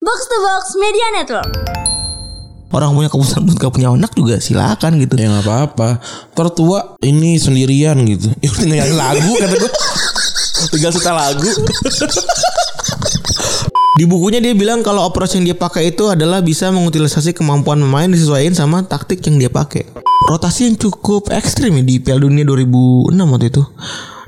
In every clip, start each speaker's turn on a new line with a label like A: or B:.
A: Box to Box Media Network.
B: Orang punya keputusan buat gak punya anak juga silakan gitu.
C: Ya nggak apa-apa. Tertua ini sendirian gitu. Ya udah nyanyi lagu kata gue. Tinggal suka lagu.
B: Di bukunya dia bilang kalau approach yang dia pakai itu adalah bisa mengutilisasi kemampuan pemain disesuaikan sama taktik yang dia pakai. Rotasi yang cukup ekstrim ya di Piala Dunia 2006 waktu itu.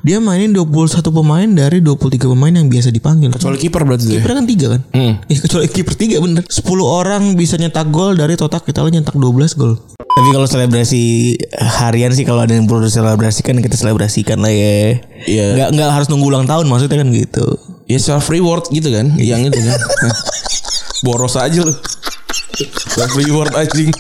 B: Dia mainin 21 pemain dari 23 pemain yang biasa dipanggil.
C: Soal kiper berarti tuh ya.
B: Kiper kan tiga kan?
C: Hmm.
B: Ya, kecuali kiper tiga bener. 10 orang bisa nyetak gol dari total kita nyetak 12 gol. Tapi kalau selebrasi harian sih kalau ada yang perlu diselebrasikan kita selebrasikan lah ya.
C: Iya.
B: Nggak nggak harus nunggu ulang tahun maksudnya kan gitu.
C: Ya self reward gitu kan. Yang itu kan. Nah. Boros aja lu. Self reward anjing.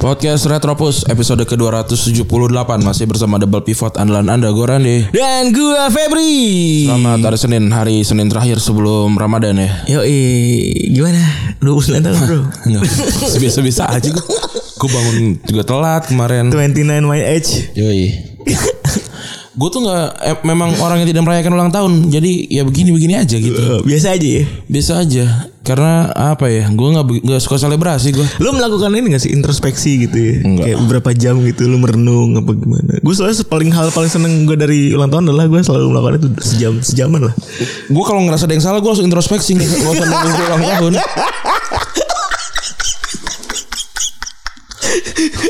C: Podcast Retropus episode ke-278 masih bersama Double Pivot andalan Anda gue Randy.
B: Dan gua Febri.
C: Selamat hari Senin, hari Senin terakhir sebelum Ramadan ya.
B: Yo, gimana? 29 tahun, Bro.
C: Biasa-biasa aja gue. Gue bangun juga telat kemarin.
B: 29 my age.
C: Yoi. gue tuh nggak eh, memang orang yang tidak merayakan ulang tahun. Jadi ya begini-begini aja gitu.
B: Biasa aja ya.
C: Biasa aja. Karena apa ya? Gue nggak be- nggak suka selebrasi gue.
B: Lu melakukan ini gak sih introspeksi gitu ya?
C: Enggak.
B: Kayak beberapa jam gitu lu merenung apa gimana? Gue selalu paling hal paling seneng gue dari ulang tahun adalah gue selalu melakukan itu sejam sejaman lah.
C: Gue kalau ngerasa ada yang salah gue langsung introspeksi. Gak usah nunggu gue ulang tahun.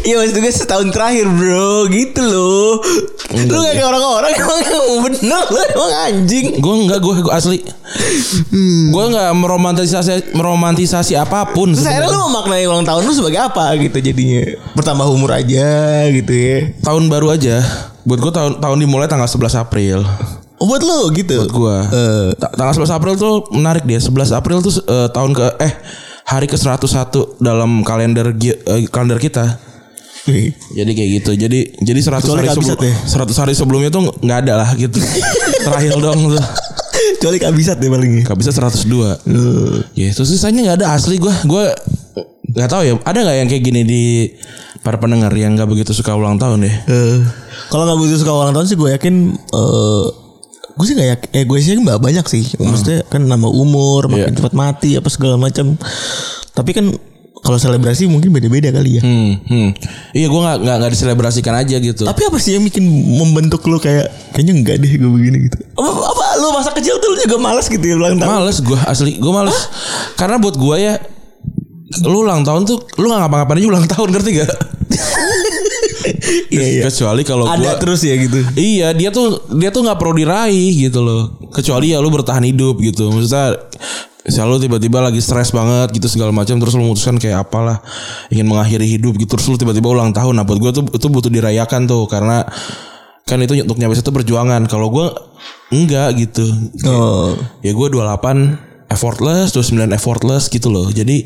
B: Iya maksud gue setahun terakhir bro gitu loh. Lu gak kayak orang-orang emang emang bener lu emang anjing.
C: Gue nggak gue gue asli. Gue nggak meromantisasi meromantisasi apapun.
B: Terus akhirnya
C: sebenarnya.
B: lu memaknai ulang tahun lu sebagai apa gitu jadinya? Bertambah umur aja gitu ya.
C: tahun baru aja. Buat gue tahun tahun dimulai tanggal 11 April.
B: Oh, buat lu gitu. Buat
C: Gua ta- tanggal 11 April tuh menarik dia. 11 April tuh eh, tahun ke eh hari ke 101 dalam kalender gi- eh, kalender kita. Jadi kayak gitu. Jadi jadi 100
B: Kecuali
C: hari sebelum
B: kehabisan ya?
C: 100 hari sebelumnya tuh nggak ada lah gitu. Terakhir dong tuh.
B: Kecuali kabisat deh palingnya.
C: Gak bisa 102.
B: Eh.
C: Ya, terus sisanya nggak ada asli gua. Gua nggak tahu ya. Ada nggak yang kayak gini di para pendengar yang nggak begitu suka ulang tahun ya?
B: Eh, kalau nggak butuh suka ulang tahun sih gue yakin eh gue sih nggak yakin eh gue sih yakin nggak banyak sih maksudnya kan nama umur makin
C: Hmm. Iya.
B: cepat mati apa segala macam tapi kan kalau selebrasi mungkin beda-beda kali ya
C: Hmm, hmm. Iya, gue nggak nggak nggak diselebrasikan aja gitu.
B: tapi apa sih yang bikin membentuk lo kayak kayaknya enggak deh gue begini gitu apa, apa lu masa kecil tuh lu juga malas gitu ya ulang tahun
C: Males gue asli, gue males. Karena buat gue ya, lu ulang tahun tuh, lu nggak ngapa-ngapain aja ulang tahun ngerti gak?
B: iya iya
C: Kecuali kalau
B: ada
C: gue
B: terus ya gitu
C: Iya dia tuh dia tuh nggak perlu diraih gitu loh kecuali ya lu bertahan hidup gitu maksudnya selalu tiba-tiba lagi stres banget gitu segala macam terus lu memutuskan kayak apalah ingin mengakhiri hidup gitu terus lu tiba-tiba ulang tahun nah buat gue tuh itu butuh dirayakan tuh karena kan itu untuk nyampe situ perjuangan kalau gue enggak gitu
B: oh
C: ya gue 28 effortless 29 effortless gitu loh jadi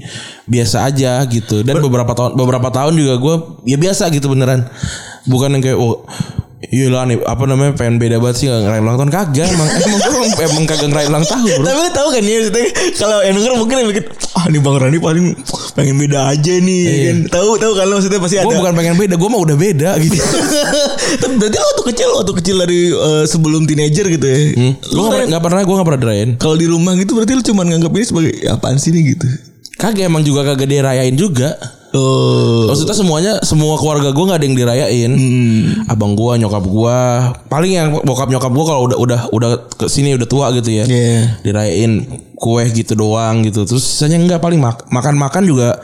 C: biasa aja gitu dan beberapa tahun beberapa tahun juga gue ya biasa gitu beneran bukan yang kayak oh iya lah nih apa namanya pengen beda banget sih nggak ngerayain ulang tahun kagak emang emang gue emang, emang kagak ngerayain ulang tahun bro
B: Tapi lu tau kan ya maksudnya kalau yang denger mungkin yang mikir ah ini Bang Rani paling pengen beda aja nih
C: Iya.
B: kan. Tahu tahu kan lu maksudnya pasti ada.
C: gue bukan pengen beda gue mah udah beda gitu
B: Tapi berarti lu waktu kecil waktu kecil dari eh, sebelum teenager gitu ya. Lu
C: gue nggak
B: kan
C: pernah- nggak pernah gue nggak pernah dirayain
B: kalau di rumah gitu berarti lu cuman nganggap ini sebagai "Ya, apaan sih nih gitu.
C: kagak emang juga kagak dirayain juga
B: Oh. Hmm.
C: Maksudnya semuanya semua keluarga gue nggak ada yang dirayain. Abang gue, nyokap gue, paling yang bokap nyokap gue kalau udah udah udah kesini udah tua gitu ya,
B: Iya.
C: dirayain kue gitu doang gitu. Terus sisanya nggak paling mak- makan makan juga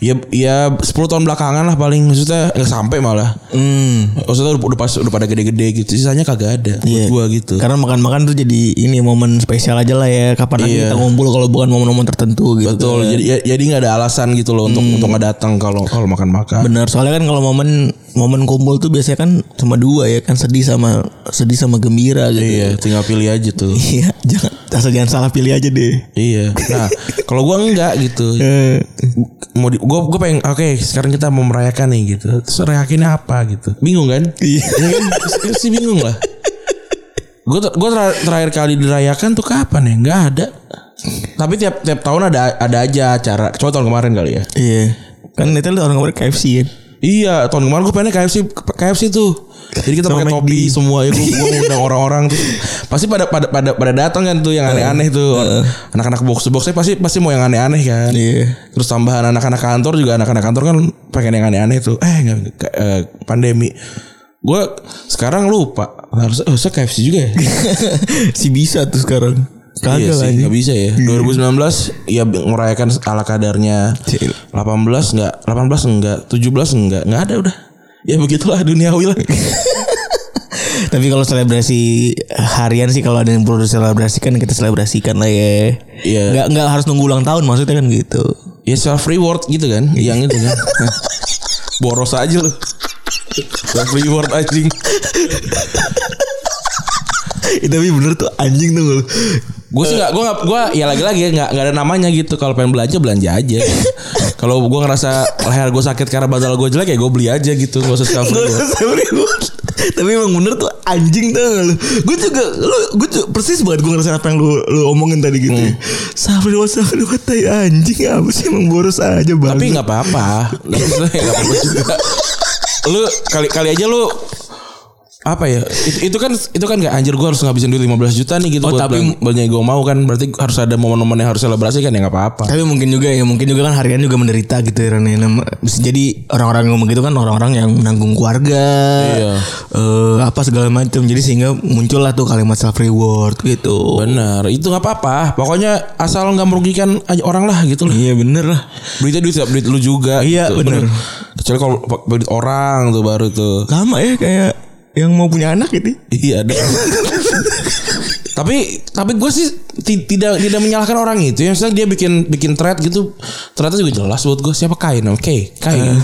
C: ya ya 10 tahun belakangan lah paling maksudnya nggak sampai malah.
B: Hmm.
C: Maksudnya udah, udah pas udah pada gede-gede gitu. Sisanya kagak ada buat
B: Iya.
C: gue gitu.
B: Karena makan-makan tuh jadi ini momen spesial aja lah ya. Kapan lagi
C: Iya.
B: kita ngumpul kalau bukan momen-momen tertentu gitu.
C: Betul. Jadi ya- jadi nggak ada alasan gitu loh untuk untuk nggak datang kalau kalau makan-makan.
B: Hmm. Bener soalnya kan kalau momen momen kumpul tuh biasanya kan cuma dua ya kan sedih sama sedih sama gembira gitu.
C: Iya, tinggal pilih aja tuh.
B: Iya, jangan asal jangan salah pilih aja deh.
C: Iya. Nah, kalau gua enggak gitu.
B: Eh,
C: Mau di, gua gua pengen oke, sekarang kita mau merayakan nih gitu. Terus rayakinnya apa gitu. Bingung kan?
B: Iya.
C: Bingung kan? Pasti- Pasti bingung lah. Gua ter- gua ter- terakhir kali dirayakan tuh kapan ya? Enggak ada. Tapi tiap tiap tahun ada ada aja acara. Coba tahun kemarin kali ya.
B: Iya. Kan Netel orang kemarin KFC kan.
C: Iya, tahun kemarin gue pengennya KFC KFC tuh. Jadi kita
B: Sama McD.
C: pakai topi semua ya gue ngundang orang-orang tuh. Pasti pada pada pada pada datang kan tuh yang aneh-aneh tuh. Anak-anak box boxnya pasti pasti mau yang aneh-aneh kan.
B: Iya.
C: Terus tambahan anak-anak kantor juga anak-anak kantor kan pengen yang aneh-aneh tuh. Eh nggak ke- eh, pandemi. Gue sekarang lupa harus harusnya KFC juga ya.
B: si bisa tuh sekarang.
C: iya
B: Kagak Hmm.
C: sih,
B: lah
C: nggak bisa ya. 2019 ya merayakan ala kadarnya.
B: Cil.
C: 18 enggak, 18 enggak, 17 enggak, enggak ada udah. Ya begitulah duniawi lah.
B: Tapi kalau selebrasi harian sih kalau ada yang perlu diselebrasikan kita selebrasikan lah ya.
C: Iya.
B: Nggak nggak harus nunggu ulang tahun maksudnya kan gitu.
C: ya self reward gitu kan, yang itu kan. Boros aja lu. Self reward anjing.
B: Eh, Tapi bener tuh anjing tuh lu.
C: Gue sih gak, gue gak, gue ya lagi-lagi ya, gak, gak ada namanya gitu. Kalau pengen belanja, belanja aja. gitu. Kalau gue ngerasa leher gue sakit karena bantal gue jelek ya gue beli aja gitu. Gak usah self
B: Gak
C: reward.
B: usah serius. Tapi emang bener tuh anjing tuh lu. Gue juga lu gue juga persis banget gue ngerasain apa yang lu lu omongin tadi gitu. Hmm. Safri wa safri wa tai anjing apa sih emang boros aja banget.
C: Tapi nggak apa-apa. Tapi sebenarnya nggak apa-apa juga. Lu kali kali aja lu apa ya itu, itu kan itu kan nggak anjir gue harus ngabisin duit 15 juta nih
B: Oh,
C: gitu
B: tapi-
C: banyak gue mau kan berarti harus ada momen-momen yang harus selebrasi kan ya nggak apa-apa
B: Tapi mungkin juga ya mungkin juga kan harian juga menderita gitu ya Rene. Nama- bisa Jadi orang-orang yang begitu kan orang-orang yang menanggung keluarga,
C: Iya.
B: eh, apa segala macam. Jadi sehingga muncullah tuh kalimat self reward gitu.
C: bener itu nggak apa-apa pokoknya asal nggak merugikan aja orang lah gitu loh
B: Iya bener lah.
C: duitnya duit duit lu juga
B: Iya,
C: gitu.
B: bener.
C: kecuali kalau duit orang tuh baru tuh
B: Lama ya kayak yang mau punya anak gitu.
C: Iya ada. tapi tapi gue sih ti- tidak tidak menyalahkan orang itu ya misalnya dia bikin bikin thread gitu ternyata juga jelas buat gue siapa kain oke kain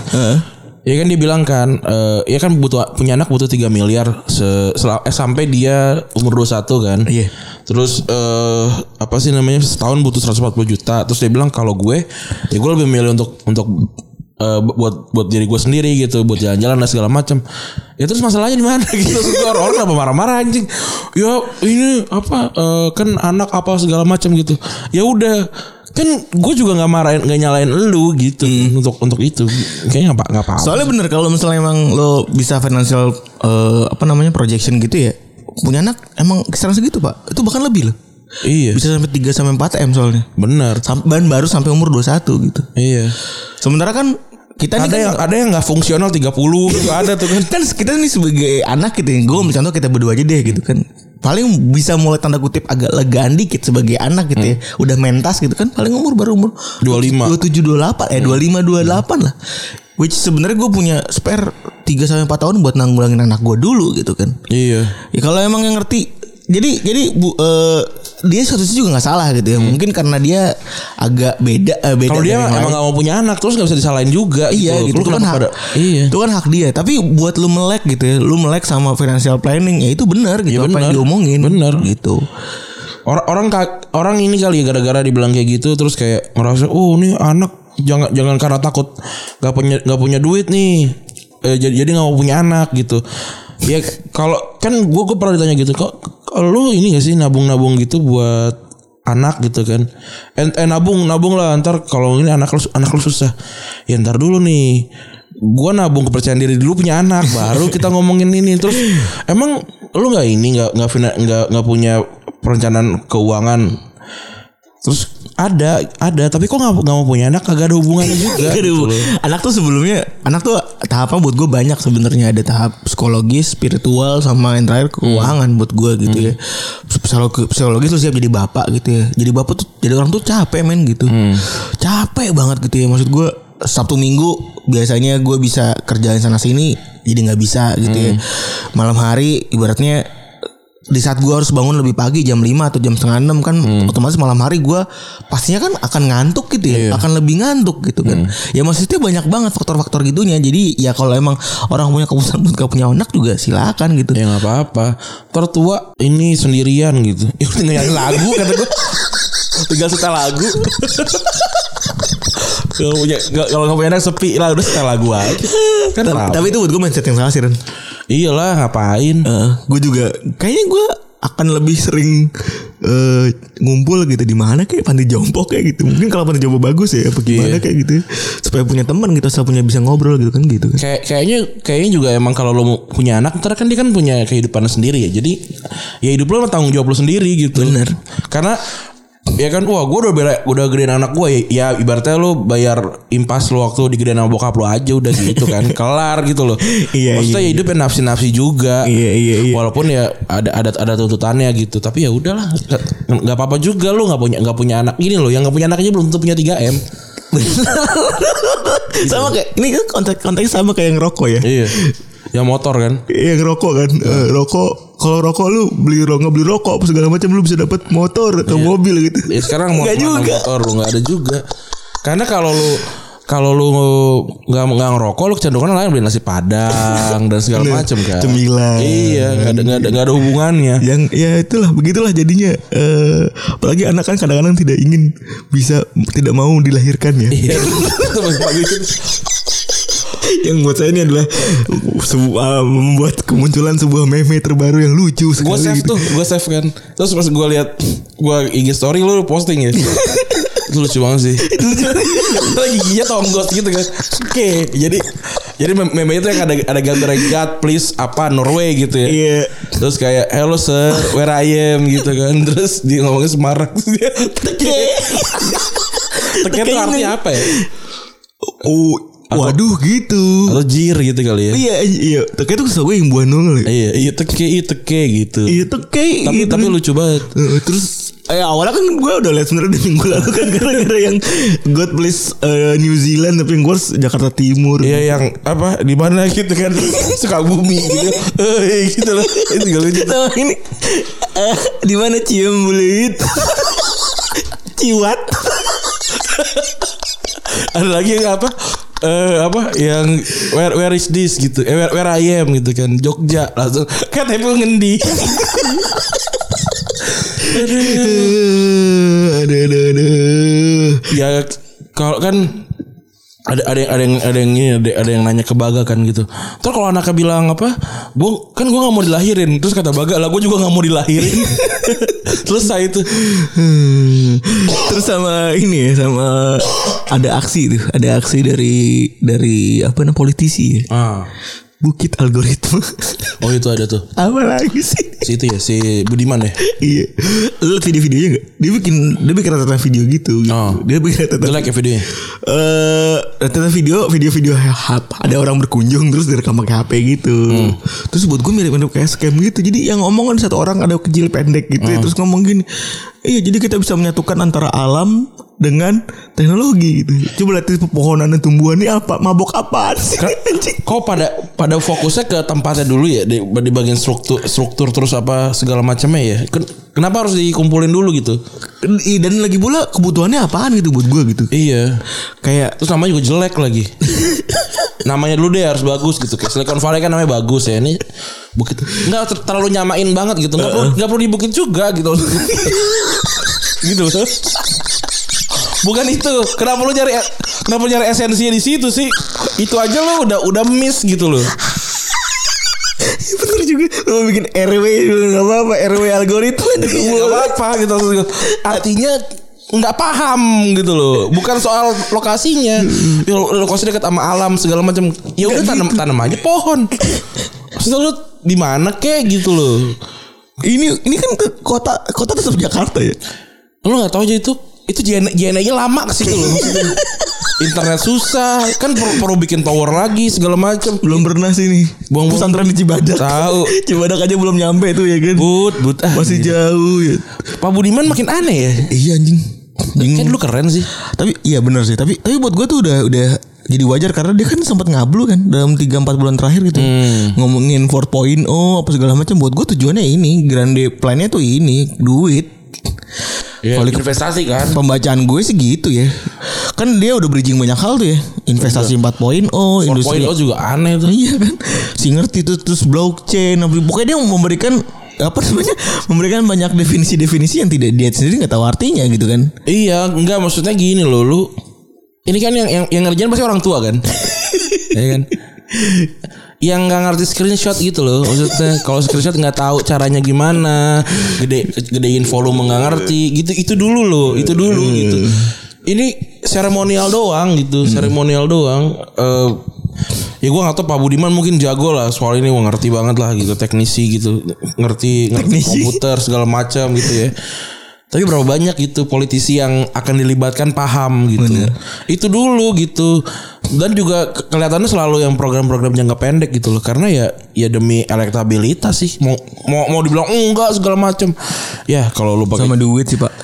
B: Eh,
C: ya kan dia bilang kan eh, ya kan butuh punya anak butuh 3 miliar se- sel- eh, sampai dia umur 21 kan
B: Iya.
C: terus eh apa sih namanya setahun butuh 140 juta terus dia bilang kalau gue ya gue lebih milih untuk untuk eh, bu- buat buat diri gue sendiri gitu buat jalan-jalan dan segala macam ya terus masalahnya di mana gitu Terus orang orang apa marah-marah anjing ya ini apa eh, kan anak apa segala macam gitu ya udah kan gue juga nggak marahin nggak nyalain lu gitu untuk untuk itu kayaknya nggak nggak apa apa
B: Soalnya bener kalau misalnya emang lo bisa financial eh, apa namanya projection gitu ya. Punya anak emang kisaran segitu, Pak. Itu bahkan lebih loh.
C: iya
B: Bisa sampai 3 sampai 4 M soalnya.
C: benar
B: Sam- Dan baru sampai umur 21 gitu.
C: iya
B: Sementara kan kita nih
C: ada
B: kan-
C: yang ada yang nggak fungsional 30 gitu ada tuh kan
B: kan kita nih sebagai anak gitu ya. Gue ambil contoh kita berdua aja deh gitu kan. Paling bisa mulai tanda kutip agak legaan dikit sebagai anak gitu ya.
C: Hmm.
B: Udah mentas gitu kan. Paling umur baru umur
C: 25.
B: 27 28 eh 25
C: Hmm.
B: 28 lah. Which sebenarnya gue punya spare 3 sampai 4 tahun buat nanggulangin anak gue dulu gitu kan.
C: iya
B: Ya kalau emang yang ngerti jadi jadi bu, eh, dia satu sisi juga nggak salah gitu ya. Mungkin karena dia agak beda eh, beda
C: Hmm. Kalau
B: dari
C: dia
B: yang lain.
C: emang gak mau punya anak terus gak bisa disalahin juga
B: Iya gitu,
C: Lu
B: itu kan
C: kenapa
B: hak
C: pada- Iya.
B: Itu kan hak dia Tapi buat lu melek gitu ya Lu melek sama financial planning Ya itu benar gitu
C: Ya,
B: Apa yang
C: benar.
B: diomongin
C: Benar.
B: gitu
C: Orang orang ka- orang ini kali ya gara-gara dibilang kayak gitu terus kayak ngerasa oh ini anak jangan jangan karena takut gak punya gak punya duit nih eh, jadi jadi gak mau punya anak gitu. Ya kalau kan gua gua pernah ditanya gitu kok kok lu ini gak sih nabung-nabung gitu buat anak gitu kan eh, eh, nabung nabung lah ntar kalau ini anak lu anak lu susah ya ntar dulu nih gua nabung kepercayaan diri dulu punya anak baru kita ngomongin ini terus emang lu nggak ini nggak nggak fina- nggak nggak punya perencanaan keuangan terus ada ada tapi kok nggak nggak mau punya anak kagak ada hubungannya juga gitu
B: Aduh,
C: loh.
B: anak tuh sebelumnya anak tuh tahapnya buat gue banyak sebenarnya ada tahap psikologis, spiritual sama yang terakhir keuangan buat gue gitu ya. Psikologi- Psikologis lu siap jadi bapak gitu ya. Jadi bapak tuh jadi orang tuh capek men gitu. Capek banget gitu ya maksud gue Sabtu Minggu biasanya gue bisa kerjain sana sini jadi nggak bisa gitu ya. Malam hari ibaratnya di saat gue harus bangun lebih pagi jam 5 atau jam setengah 6 kan otomatis malam hari gue pastinya kan akan ngantuk gitu ya akan lebih ngantuk gitu kan
C: Hmm.
B: ya maksudnya banyak banget faktor-faktor gitunya jadi ya kalau emang orang punya keputusan buat gak punya anak juga silakan gitu
C: ya nggak apa-apa tertua ini sendirian gitu ya udah nyanyi lagu kata gue tinggal setel lagu kalau punya nggak- kalau nggak punya anak sepi lah udah setel lagu aja kan
B: Ta-
C: rame.
B: tapi itu buat gue mindset yang salah sih Ren
C: iyalah ngapain
B: gue juga kayaknya gue akan lebih sering eh, ngumpul gitu di mana kayak panti jompo kayak gitu. Mungkin kalau panti jompo bagus ya apa gimana
C: Iya.
B: kayak gitu. Supaya punya teman gitu, supaya punya bisa ngobrol gitu kan gitu kan.
C: Kayak kayaknya kayaknya juga emang kalau lo mau punya anak ntar kan dia kan punya kehidupan sendiri ya. Jadi ya hidup lo sama tanggung jawab lo sendiri gitu.
B: Bener.
C: Karena ya kan wah gue udah bela, udah gedein anak gue ya, ya ibaratnya lo bayar impas lo waktu digedein sama bokap lo aja udah gitu kan kelar gitu loh
B: Iya,
C: maksudnya
B: iya,
C: ya hidup ya nafsi nafsi juga
B: Iya, iya, iya.
C: walaupun ya ada ada ada tuntutannya gitu tapi ya udahlah nggak- nggak apa apa juga lo nggak punya nggak punya anak gini loh yang nggak punya anak aja belum tentu punya 3 m
B: sama kayak ini kan konteks konteks sama kayak ngerokok ya.
C: iya yang motor kan
B: Iya ngerokok kan Eh, Rokok Kalau rokok lu beli rokok beli rokok apa segala macam lu bisa dapat motor atau mobil gitu
C: Ya sekarang mau
B: Nggak
C: kemana
B: juga.
C: motor lu nggak ada juga. Karena kalau lu kalau lu nggak nggak ngerokok lu kecenderungan lain beli nasi padang dan segala macam kan.
B: cemilan.
C: Iya, nggak ada nggak ada, nggak ada hubungannya.
B: yang ya itulah begitulah jadinya Eh, apalagi anak kan kadang-kadang tidak ingin bisa tidak mau dilahirkan ya
C: Iya. Itu masih pagi kan.
B: yang buat saya ini adalah sebuah membuat kemunculan sebuah meme terbaru yang lucu
C: Gue
B: sekali
C: save
B: gitu.
C: tuh, gue save kan. Terus pas gue lihat gue IG story lu posting ya. Itu lucu banget sih. Lagi giginya tonggos gitu kan. Oke, jadi jadi mem- meme itu yang ada ada gambar God please apa Norway gitu ya.
B: iya
C: Terus kayak Hello sir Where I am gitu kan Terus dia ngomongnya Semarang Terus dia Teke Teke itu artinya apa ya
B: oh waduh gitu
C: Atau jir gitu kali ya
B: iya iya teke itu sesuatu yang buah nol
C: Iya Iya teke Iya teke gitu
B: iya teke
C: Tapi
B: gitu.
C: tapi lucu banget
B: Eh, terus eh awalnya kan gue udah lihat sebenarnya di minggu lalu kan gara-gara yang God bless eh, New Zealand tapi yang gue harus Jakarta Timur.
C: Iya yang apa di mana gitu kan suka bumi gitu, eh gitu loh itu gak lucu.
B: Sama Gitu, ini eh, di mana cium bulit? Ciwat.
C: Ada lagi yang apa? Eh apa yang where where is this gitu? Eh, where, where I am gitu kan Jogja langsung kan tapi ngendi.
B: Eh, Aduh aduh aduh.
C: ya kalau kan ada ada yang ada yang ada yang ini ada, ada yang nanya ke Baga kan gitu. Terus kalau anaknya bilang apa? Gua kan gua nggak mau dilahirin. Terus kata Baga lah gua juga nggak mau dilahirin. Selesai itu.
B: Hmm. Terus sama ini ya sama ada aksi tuh, ada aksi dari dari apa namanya politisi ya.
C: Ah.
B: Bukit algoritma.
C: Oh itu ada tuh.
B: apa lagi sih?
C: Si itu ya si Budiman ya.
B: Iya. Lu liat video-videonya gak? Dia bikin dia bikin rata video gitu. gitu.
C: Oh.
B: Dia bikin rata-rata
C: Jelek ya videonya.
B: eh rata-rata video video-video hap ada orang berkunjung terus direkam pakai HP gitu.
C: Hmm.
B: Terus buat gue mirip-mirip kayak scam gitu. Jadi yang ngomong kan satu orang ada kecil pendek gitu
C: Hmm.
B: ya, terus ngomong gini. Iya, jadi kita bisa menyatukan antara alam dengan teknologi gitu. Coba lihat pepohonan dan tumbuhan ini apa? Mabok apaan sih? Anjing.
C: Kok pada pada fokusnya ke tempatnya dulu ya di, di bagian struktur struktur terus apa segala macamnya ya. Ken- Kenapa harus dikumpulin dulu gitu?
B: Ih, Dan lagi pula kebutuhannya apaan gitu buat gue gitu.
C: Iya.
B: Kayak
C: Terus namanya juga jelek lagi. namanya dulu deh harus bagus gitu. Kayak Silicon Valley kan namanya bagus ya. Ini bukit enggak ter- terlalu nyamain banget gitu. Enggak perlu nggak perlu dibukit juga gitu. gitu. Bukan itu. Kenapa lu nyari kenapa lu nyari esensinya di situ sih? Itu aja lu udah udah miss gitu loh.
B: Iya, bener juga mau bikin RW juga nggak apa-apa RW algoritma
C: Enggak Iya, apa-apa gitu. Artinya nggak paham gitu loh bukan soal lokasinya ya, lo- lokasi dekat sama alam segala macam ya udah tanam tanam aja pohon maksudnya lu di mana kek gitu loh
B: ini ini kan ke kota kota tetap Jakarta ya
C: lu nggak tahu aja itu itu JNE JNE aja lama ke situ loh maksudnya. internet susah kan perlu, perlu bikin tower lagi segala macam
B: belum pernah sih nih
C: Buang-buang.
B: pesantren di Cibadak
C: Tahu.
B: Cibadak aja belum nyampe tuh ya kan
C: but but ah,
B: masih jauh ya
C: Pak Budiman makin aneh ya
B: iya anjing
C: kan lu keren sih
B: tapi iya benar sih tapi tapi buat gue tuh udah udah jadi wajar karena dia kan sempat ngablu kan dalam 3 4 bulan terakhir gitu.
C: Hmm.
B: Ngomongin 4.0 apa segala macam buat gue tujuannya ini, grande plan-nya tuh ini, duit. Kalau-
C: investasi kan
B: Pembacaan gue sih gitu ya. Kan dia udah bridging banyak hal tuh ya. Investasi 4.0, industri
C: 4.0 juga aneh tuh
B: Iya kan Si ngerti itu Terus blockchain apa- Pokoknya dia memberikan Apa namanya Memberikan banyak definisi-definisi Yang tidak dia sendiri nggak tahu artinya gitu kan
C: Iya, enggak maksudnya gini loh, lu ini kan yang yang, yang ngerjain pasti orang tua kan? Iya kan? yang nggak ngerti screenshot gitu loh maksudnya kalau screenshot nggak tahu caranya gimana gede gedein volume nggak ngerti gitu itu dulu loh itu dulu gitu ini seremonial doang gitu seremonial doang Eh, ya gue nggak tahu Pak Budiman mungkin jago lah soal ini gua ngerti banget lah gitu teknisi gitu ngerti ngerti komputer segala macam gitu ya tapi berapa banyak gitu politisi yang akan dilibatkan paham gitu. Itu dulu gitu. Dan juga ke- kelihatannya selalu yang program-program jangka pendek gitu loh. Karena ya ya demi elektabilitas sih. Mau mau, mau dibilang enggak segala macam. Ya kalau lu pakai
B: sama duit sih pak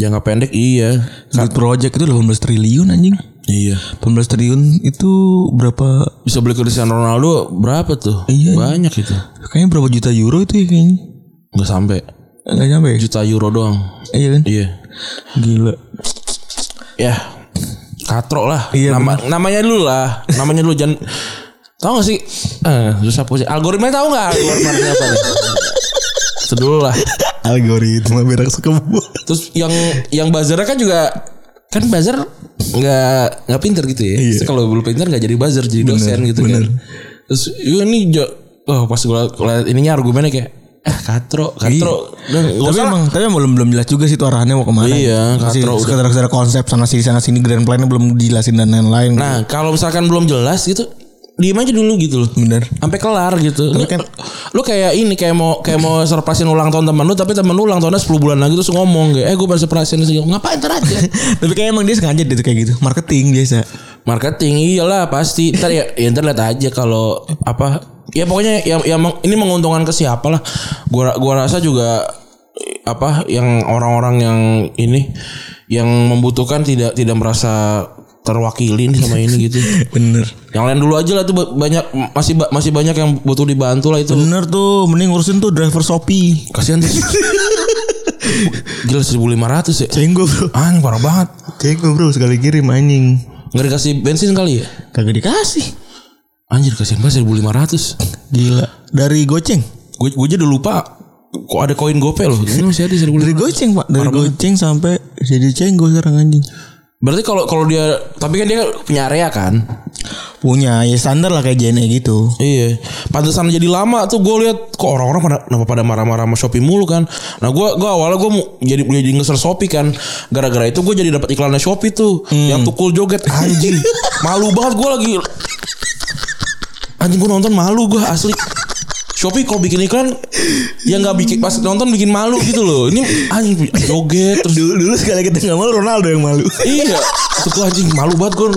C: jangka pendek iya.
B: duit project itu 18 triliun anjing
C: Iya.
B: 18 triliun itu berapa
C: Bisa beli Cristiano Ronaldo berapa tuh?
B: Iya.
C: Banyak itu.
B: kayaknya berapa juta euro itu ya kayaknya
C: Enggak sampai
B: nggak nyampe ya?
C: juta euro doang.
B: iya kan
C: Iya.
B: gila
C: ya katro lah
B: Iya,
C: Nama- namanya dulu lah namanya dulu jangan tahu gak sih eh, susah posisi algoritmanya tahu nggak algoritmanya apa nih Itu dulu lah
B: algoritma berak sekebun
C: terus yang yang buzzer kan juga kan buzzer nggak nggak pinter gitu ya Terus kalau belum pinter nggak jadi buzzer jadi dosen gitu kan terus iya ini jo- oh pas gue liat ininya argumennya kayak ah katro katro Udah,
B: Iya.
C: nggak
B: tapi
C: usah lah.
B: emang tapi emang belum belum jelas juga sih itu arahannya mau kemana
C: Iya,
B: masih
C: katro udah.
B: sekedar sekedar konsep sana sini sana sini grand plan belum dijelasin dan lain-lain
C: Nah, kalau misalkan belum jelas gitu, diem aja dulu gitu loh.
B: Bener.
C: Sampai kelar gitu. Lu,
B: kan-
C: lu kayak ini kayak mau kayak mau surprisein ulang tahun temen lu tapi temen lu ulang tahunnya 10 bulan lagi terus ngomong kayak eh gue baru surprisein terus ngomong, ngapain ntar aja.
B: tapi kayak emang dia sengaja dia tuh kayak gitu marketing biasa
C: Marketing iyalah pasti. Ntar ya, ya ntar lihat aja kalau apa ya pokoknya yang, yang meng- ini menguntungkan ke siapa lah. Gua ra- gua rasa juga eh, apa yang orang-orang yang ini yang membutuhkan tidak tidak merasa terwakili nih sama ini gitu.
B: bener
C: Yang lain dulu aja lah tuh ba- banyak masih ba- masih banyak yang butuh dibantu lah itu.
B: bener tuh mending ngurusin tuh driver Shopee
C: Kasihan tuh. Gila 1500 ya.
B: cenggo bro
C: Anjing parah banget.
B: cenggo bro sekali kirim anjing
C: Nggak dikasih bensin kali ya?
B: kagak dikasih
C: Anjir kasihan banget 1500.
B: gila dari goceng
C: Gue gue aja udah lupa kok ada koin GoPay loh. Ini masih ada
B: dari
C: 1500.
B: goceng pak dari goceng sampai jadi cenggo sekarang anjing
C: Berarti kalau kalau dia tapi kan dia punya area kan?
B: punya ya standar lah kayak JNE gitu
C: Iya, pantesan jadi lama tuh gue lihat kok orang-orang pada kenapa pada marah-marah sama Shopee mulu kan. Nah gue gua awalnya gue jadi jadi ngeser Shopee kan. Gara-gara itu gue jadi dapat iklannya Shopee tuh yang tukul joget anjing. malu banget gue lagi. Anjing gue nonton malu gue asli. Shopee kok bikin iklan yang nggak bikin pas nonton bikin malu gitu loh. Ini anjing joget terus
B: dulu dulu sekali kita nggak malu Ronaldo yang malu
C: iya itu gua anjing malu banget gue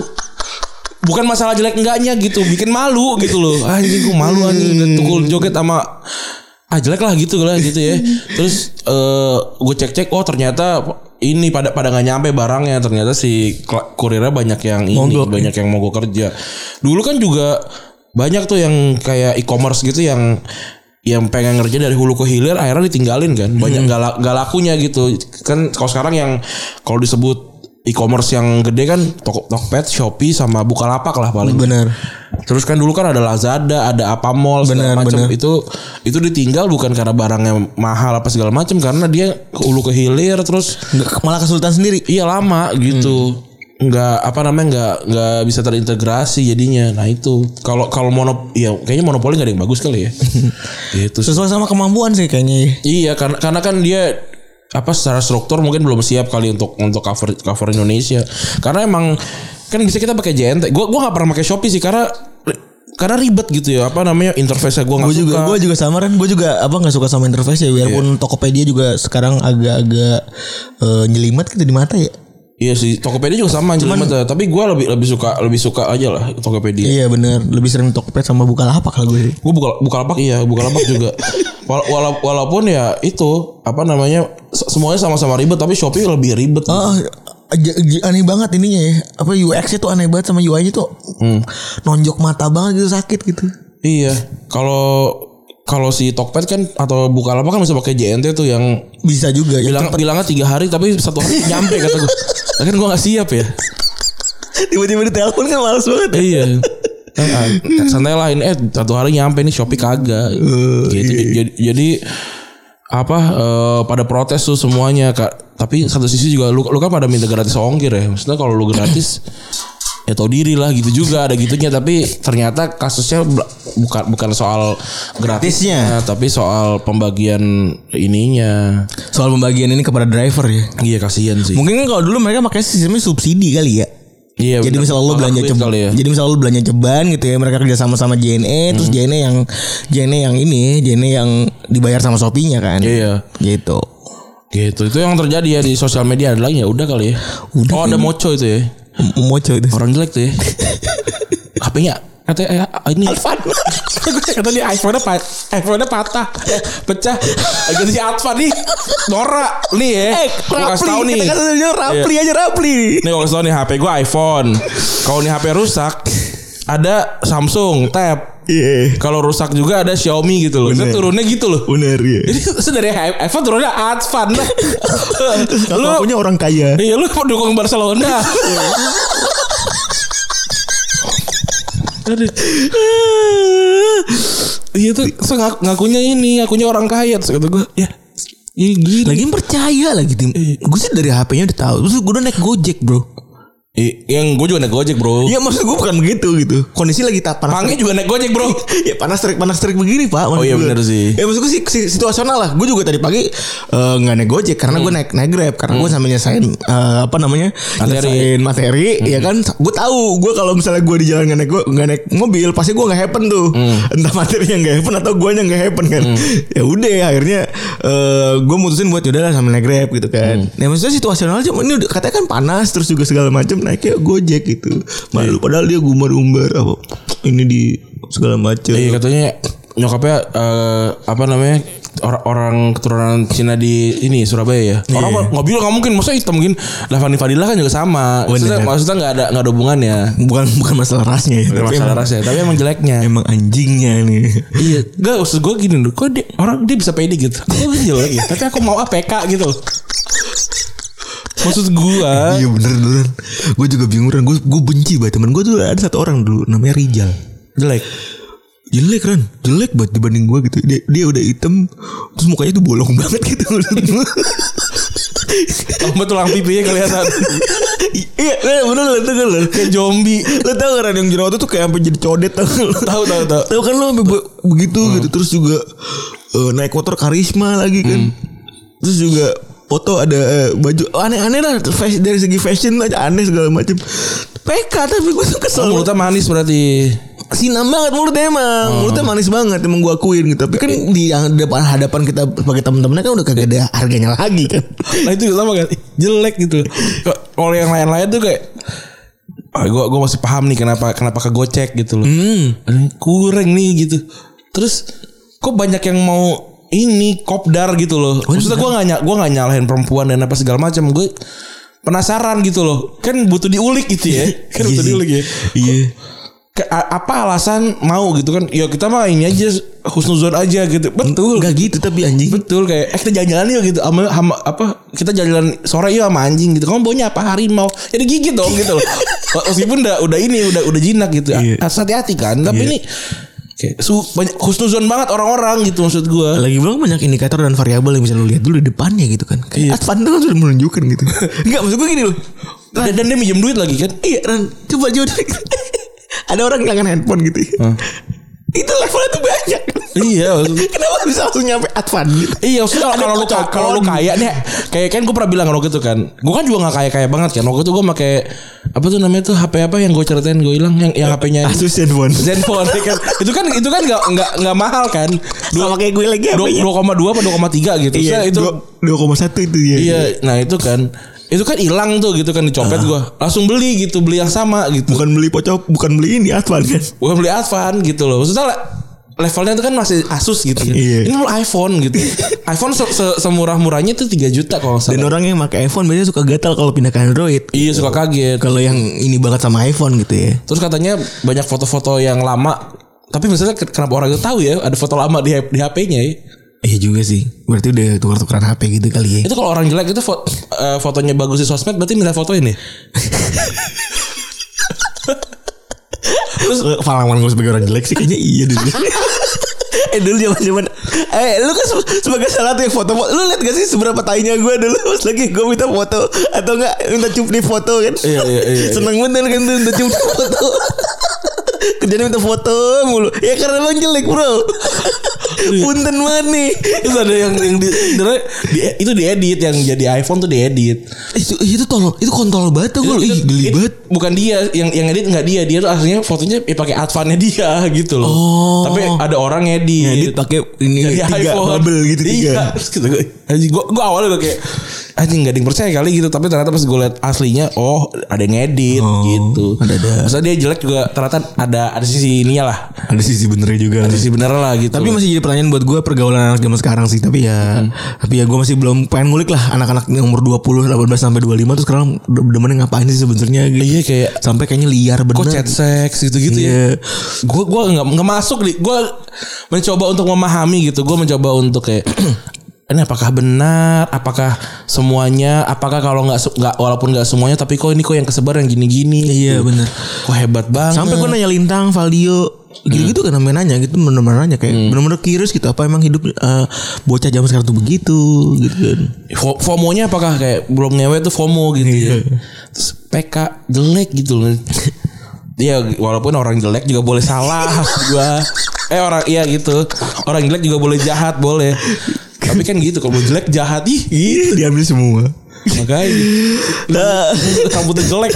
C: bukan masalah jelek enggaknya gitu bikin malu gitu loh anjing gue malu anjing tukul joget sama ah jelek lah gitu lah gitu ya terus eh gue cek cek oh ternyata ini pada pada nggak nyampe barangnya ternyata si kla- kurirnya banyak yang ini
B: Mogok.
C: banyak yang mogok kerja dulu kan juga banyak tuh yang kayak e-commerce gitu yang yang pengen ngerja dari hulu ke hilir akhirnya ditinggalin kan banyak nggak la- nggak lakunya gitu kan kalau sekarang yang kalau disebut e-commerce yang gede kan Tok- Tokped, Shopee sama Bukalapak lah paling.
B: bener
C: Terus kan dulu kan ada Lazada, ada apa mall segala
B: Benar,
C: macam.
B: benar.
C: Itu itu ditinggal bukan karena barangnya mahal apa segala macam karena dia ke hulu ke hilir terus
B: Nggak- malah kesulitan sendiri
C: iya lama gitu. Nggak apa namanya nggak nggak bisa terintegrasi jadinya. Nah itu kalau kalau monop ya kayaknya monopoli nggak ada yang bagus kali ya. gitu.
B: sesuai sama kemampuan sih kayaknya
C: Iya karena karena kan dia apa secara struktur mungkin belum siap kali untuk untuk cover cover Indonesia. Karena emang kan bisa kita pakai JNT. Gua gua nggak pernah pakai Shopee sih karena karena ribet gitu ya apa namanya interface-nya gua nggak
B: gue juga
C: suka.
B: gue juga sama kan gue juga apa nggak suka sama interface ya biarpun Tokopedia juga sekarang agak-agak eh, nyelimet gitu di mata ya
C: Iya sih Tokopedia juga sama Cuman, tapi gua lebih lebih suka lebih suka aja lah Tokopedia.
B: iya bener lebih sering Tokopedia sama Bukalapak lah gue sih
C: Gue buka buka lapak iya buka lapak juga. Wala- wala- walaupun ya itu apa namanya se- semuanya sama-sama ribet tapi Shopee lebih ribet.
B: Ah, j- j- aneh banget ininya ya apa UX-nya tuh aneh banget sama UI-nya tuh nonjok mata banget gitu sakit gitu
C: Iya, kalau kalau si Tokped kan atau Bukalapak kan bisa pakai JNT tuh yang
B: bisa juga ya
C: bilang bilangnya tiga hari tapi satu hari nyampe kata gue. Lah kan gue nggak siap ya.
B: tiba-tiba di telepon kan males banget ya.
C: iya. Ah, santai lah ini eh satu hari nyampe nih Shopee kagak.
B: Eh,
C: gitu.
B: iya.
C: Jadi, jadi apa eh, pada protes tuh semuanya kak. Tapi satu sisi juga lu, lu kan pada minta gratis ongkir ya. Maksudnya kalau lu gratis ya tau diri lah gitu juga ada gitunya tapi ternyata kasusnya bel- bukan bukan soal gratisnya tapi soal pembagian ininya
B: Soal pembagian ini kepada driver ya.
C: iya kasihan sih
B: Mungkin kan kalau dulu mereka pakai sistemnya subsidi kali ya.
C: iya,
B: jadi
C: bener.
B: misalnya lo
C: Malah
B: belanja
C: duit
B: ceban,
C: kali ya.
B: jadi misalnya lo belanja ceban gitu ya, mereka kerja sama sama JNE, E,
C: Hmm.
B: terus JNE yang JNE yang ini, JNE yang dibayar sama Shopee-nya kan,
C: Iya.
B: gitu.
C: gitu itu yang terjadi ya di sosial media ada lagi ya udah kali ya
B: Udah
C: oh ada moco itu ya
B: M- Moco itu.
C: orang jelek tuh ya HP-nya kata eh, ini Advan kata dia iPhone-nya pat iPhone-nya patah pecah ganti si Advan nih Nora nih ya gua kasih tahu nih Iya.
B: Kata dia, Rapli aja Rapli.
C: nih gua kasih tahu nih HP gua iPhone kalau nih HP rusak ada Samsung Tab
B: Iya.
C: kalau rusak juga ada Xiaomi gitu loh. Itu
B: Bener.
C: turunnya gitu loh.
B: Bener ya.
C: Jadi terus dari iPhone turunnya Advan lah.
D: Kalau punya orang kaya.
C: Iya lu pendukung Barcelona. Aduh. Iya tuh so, ngak- ngakunya ini, ngakunya orang kaya terus kata gue, ya ini gini.
B: Lagi percaya lagi tim.
C: Iya.
B: Gue sih dari HP-nya udah tahu. Terus gue udah naik Gojek, Bro.
C: I- yang gue juga naik gojek bro.
B: Iya maksud gue bukan begitu gitu. Kondisi lagi tak panas.
C: Pange juga naik gojek bro.
B: ya panas terik panas terik begini pak
C: Oh, iya, bener sih.
B: ya maksud gue sih si- situasional lah gue juga tadi pagi eh, nggak naik gojek karena
C: Hmm.
B: gue naik naik grab karena gue sambil nyesain eh, apa namanya
C: Materi.
B: nyesain materi ya kan gue tahu gue kalau misalnya gue di jalan nggak naik gue nggak naik mobil pasti gue nggak happen tuh
C: Mm.
B: entah materinya nggak happen atau gue yang nggak happen kan ya udah akhirnya gue mutusin buat yaudah lah sambil naik grab gitu kan
C: Mm.
B: ya maksudnya situasional cuma ini udah katanya kan panas terus juga segala macam naiknya gojek gitu malu
C: Iya.
B: padahal dia gumbar-gumbar apa ini di segala macam
C: Iya katanya nyokapnya eh, apa namanya orang orang keturunan Cina di ini Surabaya ya. Orang mah nggak bilang nggak mungkin, masa hitam mungkin. Lah Fanny Fadila kan juga sama. Maksudnya, maksudnya nggak ada nggak ada hubungannya.
B: bukan bukan masalah rasnya ya
C: Bukan
B: tapi
C: masalah
B: emang-
C: rasnya, tapi emang jeleknya.
B: emang anjingnya nih
C: Iya, gak usah gue gini loh. Kok dia, orang dia bisa pede gitu? Aku kan jelek ya, tapi aku mau APK gitu. loh. Maksud gue,
B: iya bener bener gue juga bingung gue gue benci banget temen gue tuh ada satu orang dulu namanya Rijal
C: jelek.
B: jelek kan jelek banget dibanding gue gitu dia, dia udah hitam terus mukanya tuh bolong banget gitu maksud gue
C: Tambah tulang pipinya kelihatan
B: iya bener bener lo tau gak lo
C: kayak zombie.
B: lo tau gak Ran, yang jerawat tuh kayak sampai jadi codet tau gak lo?
C: Tahu tahu tahu.
B: Tahu kan lo sampai be- begitu gitu terus juga eh, naik motor karisma lagi kan. Terus juga foto ada eh, baju aneh-aneh lah fas- dari segi fashion aja aneh segala macam. PK tapi gue tuh kesel.
C: Oh, mulutnya manis berarti.
B: Sinam banget mulutnya emang. Mulutnya manis banget emang gue akuin gitu. Tapi kan di depan hadapan kita sebagai temen-temennya kan udah kagak ada harganya lagi kan.
C: Nah itu sama kan jelek gitu. Kok kalau yang lain-lain tuh kayak ah, gua gua masih paham nih kenapa kenapa kegocek gitu loh.
B: Hmm.
C: Ini Kurang nih gitu. Terus kok banyak yang mau ini kopdar gitu loh. Maksudnya gua gak, ny- gua gak nyalahin perempuan dan apa segala macam. Gue penasaran gitu loh. Kan butuh diulik gitu ya. Kan butuh diulik ya.
B: Iya.
C: Ke- a- apa alasan mau gitu kan? Ya kita mah ini aja husnuzon aja gitu. Betul.
B: Enggak gitu tapi anjing.
C: Betul kayak eh kita jalan-jalan yuk gitu sama, sama apa kita jalan sore yuk sama anjing gitu. Kamu baunya apa harimau? Jadi gigit dong gitu loh. Meskipun udah udah ini udah udah jinak gitu. Harus hati-hati kan. Tapi ini kayak su banyak khusnuzon banget orang-orang gitu maksud gua.
B: Lagi bilang banyak indikator dan variabel yang bisa lo lihat dulu di depannya gitu kan. Kayak Advan tuh kan sudah menunjukkan gitu. Enggak maksud gue gini loh.
C: Dan, dan dia minjem duit lagi kan.
B: Iya Ran Coba coba Ada orang kehilangan handphone gitu ya. Itu levelnya tuh banyak
C: Iya, maksud-
B: Kenapa bisa langsung nyampe Advan gitu
C: Iya maksudnya kalau lu
B: kocokon.
C: kalau lu kaya nih kayak kan gue pernah bilang kan waktu itu kan gue kan juga gak kaya kaya banget kan waktu itu gue pakai apa tuh namanya tuh HP apa yang gue ceritain gue hilang yang yang HP-nya
B: Asus handphone
C: Zenfone ya kan. itu kan itu kan nggak nggak nggak mahal kan
B: Sama kayak gue lagi ya? apanya.
C: dua koma dua apa ya? dua koma tiga gitu
B: Iya,
C: Saya itu
B: dua koma satu itu ya
C: iya nah itu kan itu kan hilang tuh gitu kan dicopet gua langsung beli gitu beli yang sama gitu
B: Bukan beli pocok Bukan beli ini Advan kan
C: gua beli Advan gitu loh maksudnya le- levelnya itu kan masih Asus gitu kan.
B: Iya.
C: ini lu iPhone gitu iPhone se- se- semurah-murahnya tuh 3 juta kalau nggak
B: Dan
C: salah
B: orang yang pakai iPhone Biasanya suka gatal kalau pindah ke Android
C: iya suka kaget
B: Kalau yang ini banget sama iPhone gitu ya
C: terus katanya banyak foto-foto yang lama tapi misalnya ken- kenapa orang itu tahu ya ada foto lama di, di HP-nya ya
B: Iya juga sih Berarti udah tukar-tukaran HP gitu kali ya
C: Itu kalau orang jelek itu fo- eh, fotonya bagus di sosmed berarti minta fotoin ya?
B: Terus pengalaman gue sebagai orang jelek sih Kayaknya iya dulu
E: eh dulu zaman zaman eh lu kan se- sebagai salah satu yang foto lu lihat gak sih seberapa tainya gue dulu pas lagi gue minta foto atau enggak minta cup di foto kan
C: Iya, iya, iya, iya.
E: seneng banget lu kan tuh minta cup di foto kerjanya minta foto mulu ya karena emang jelek bro
B: Iya.
E: punten banget nih
C: Terus ada yang yang di, sebenarnya di- e-, itu diedit yang jadi iPhone tuh diedit.
B: itu iya, itu tolol itu kontol banget tuh
E: Iya,
B: gue
C: Itu-
B: ih
C: itu-
B: geli
C: it-
B: banget
C: Bukan dia yang yang edit nggak dia, dia tuh aslinya fotonya ya pakai advannya dia gitu loh.
B: Oh.
C: Tapi ada orang edit.
E: iya,
B: Edit pakai ini
C: Dari
B: tiga
C: iPhone.
B: bubble gitu tiga
C: Iya. Terus kata gue, anjing gue gue awalnya gue kayak anjing gak ada yang percaya kali gitu, tapi ternyata pas gue liat aslinya oh ada yang edit
B: Oh,
C: gitu. Ada ada. Maksudnya dia jelek juga ternyata ada ada sisi ininya lah.
B: ada sisi benernya juga
C: Sisi bener lah gitu.
B: Tapi masih jadi pertanyaan buat gue pergaulan anak zaman sekarang sih. Tapi ya, tapi ya gue masih belum pengen ngulik lah anak-anak yang umur 20, 18 sampai 25 tuh sekarang de- demennya ngapain sih sebenarnya gitu.
C: Iya, kayak-
B: sampai kayaknya liar
C: kok
B: bener.
C: chat seks gitu-gitu
B: Iya.
C: ya. Gue gua nggak nggak masuk nih. Gue mencoba untuk memahami gitu. Gue mencoba untuk kayak ini apakah benar? Apakah semuanya? Apakah kalau nggak se- nggak walaupun nggak semuanya, tapi kok ini kok yang kesebar yang gini-gini?
B: Iya, bener.
C: Kok hebat banget.
B: Sampai gue nanya Lintang, Valdio gitu-gitu kan namanya nanya gitu bener-bener nanya kayak bener-bener curious gitu apa emang hidup eh, bocah zaman sekarang tuh begitu gitu kan.
C: Fo- FOMO-nya apakah kayak belum ngewe tuh FOMO gitu ya. Terus PK jelek gitu loh. Iya walaupun orang jelek juga boleh salah gua. Eh orang iya gitu. Orang jelek juga boleh jahat boleh. Tapi kan gitu kalau jelek jahat ih
B: Itu
C: gitu.
B: diambil semua.
C: Makanya
B: Nah,
C: rambutnya jelek.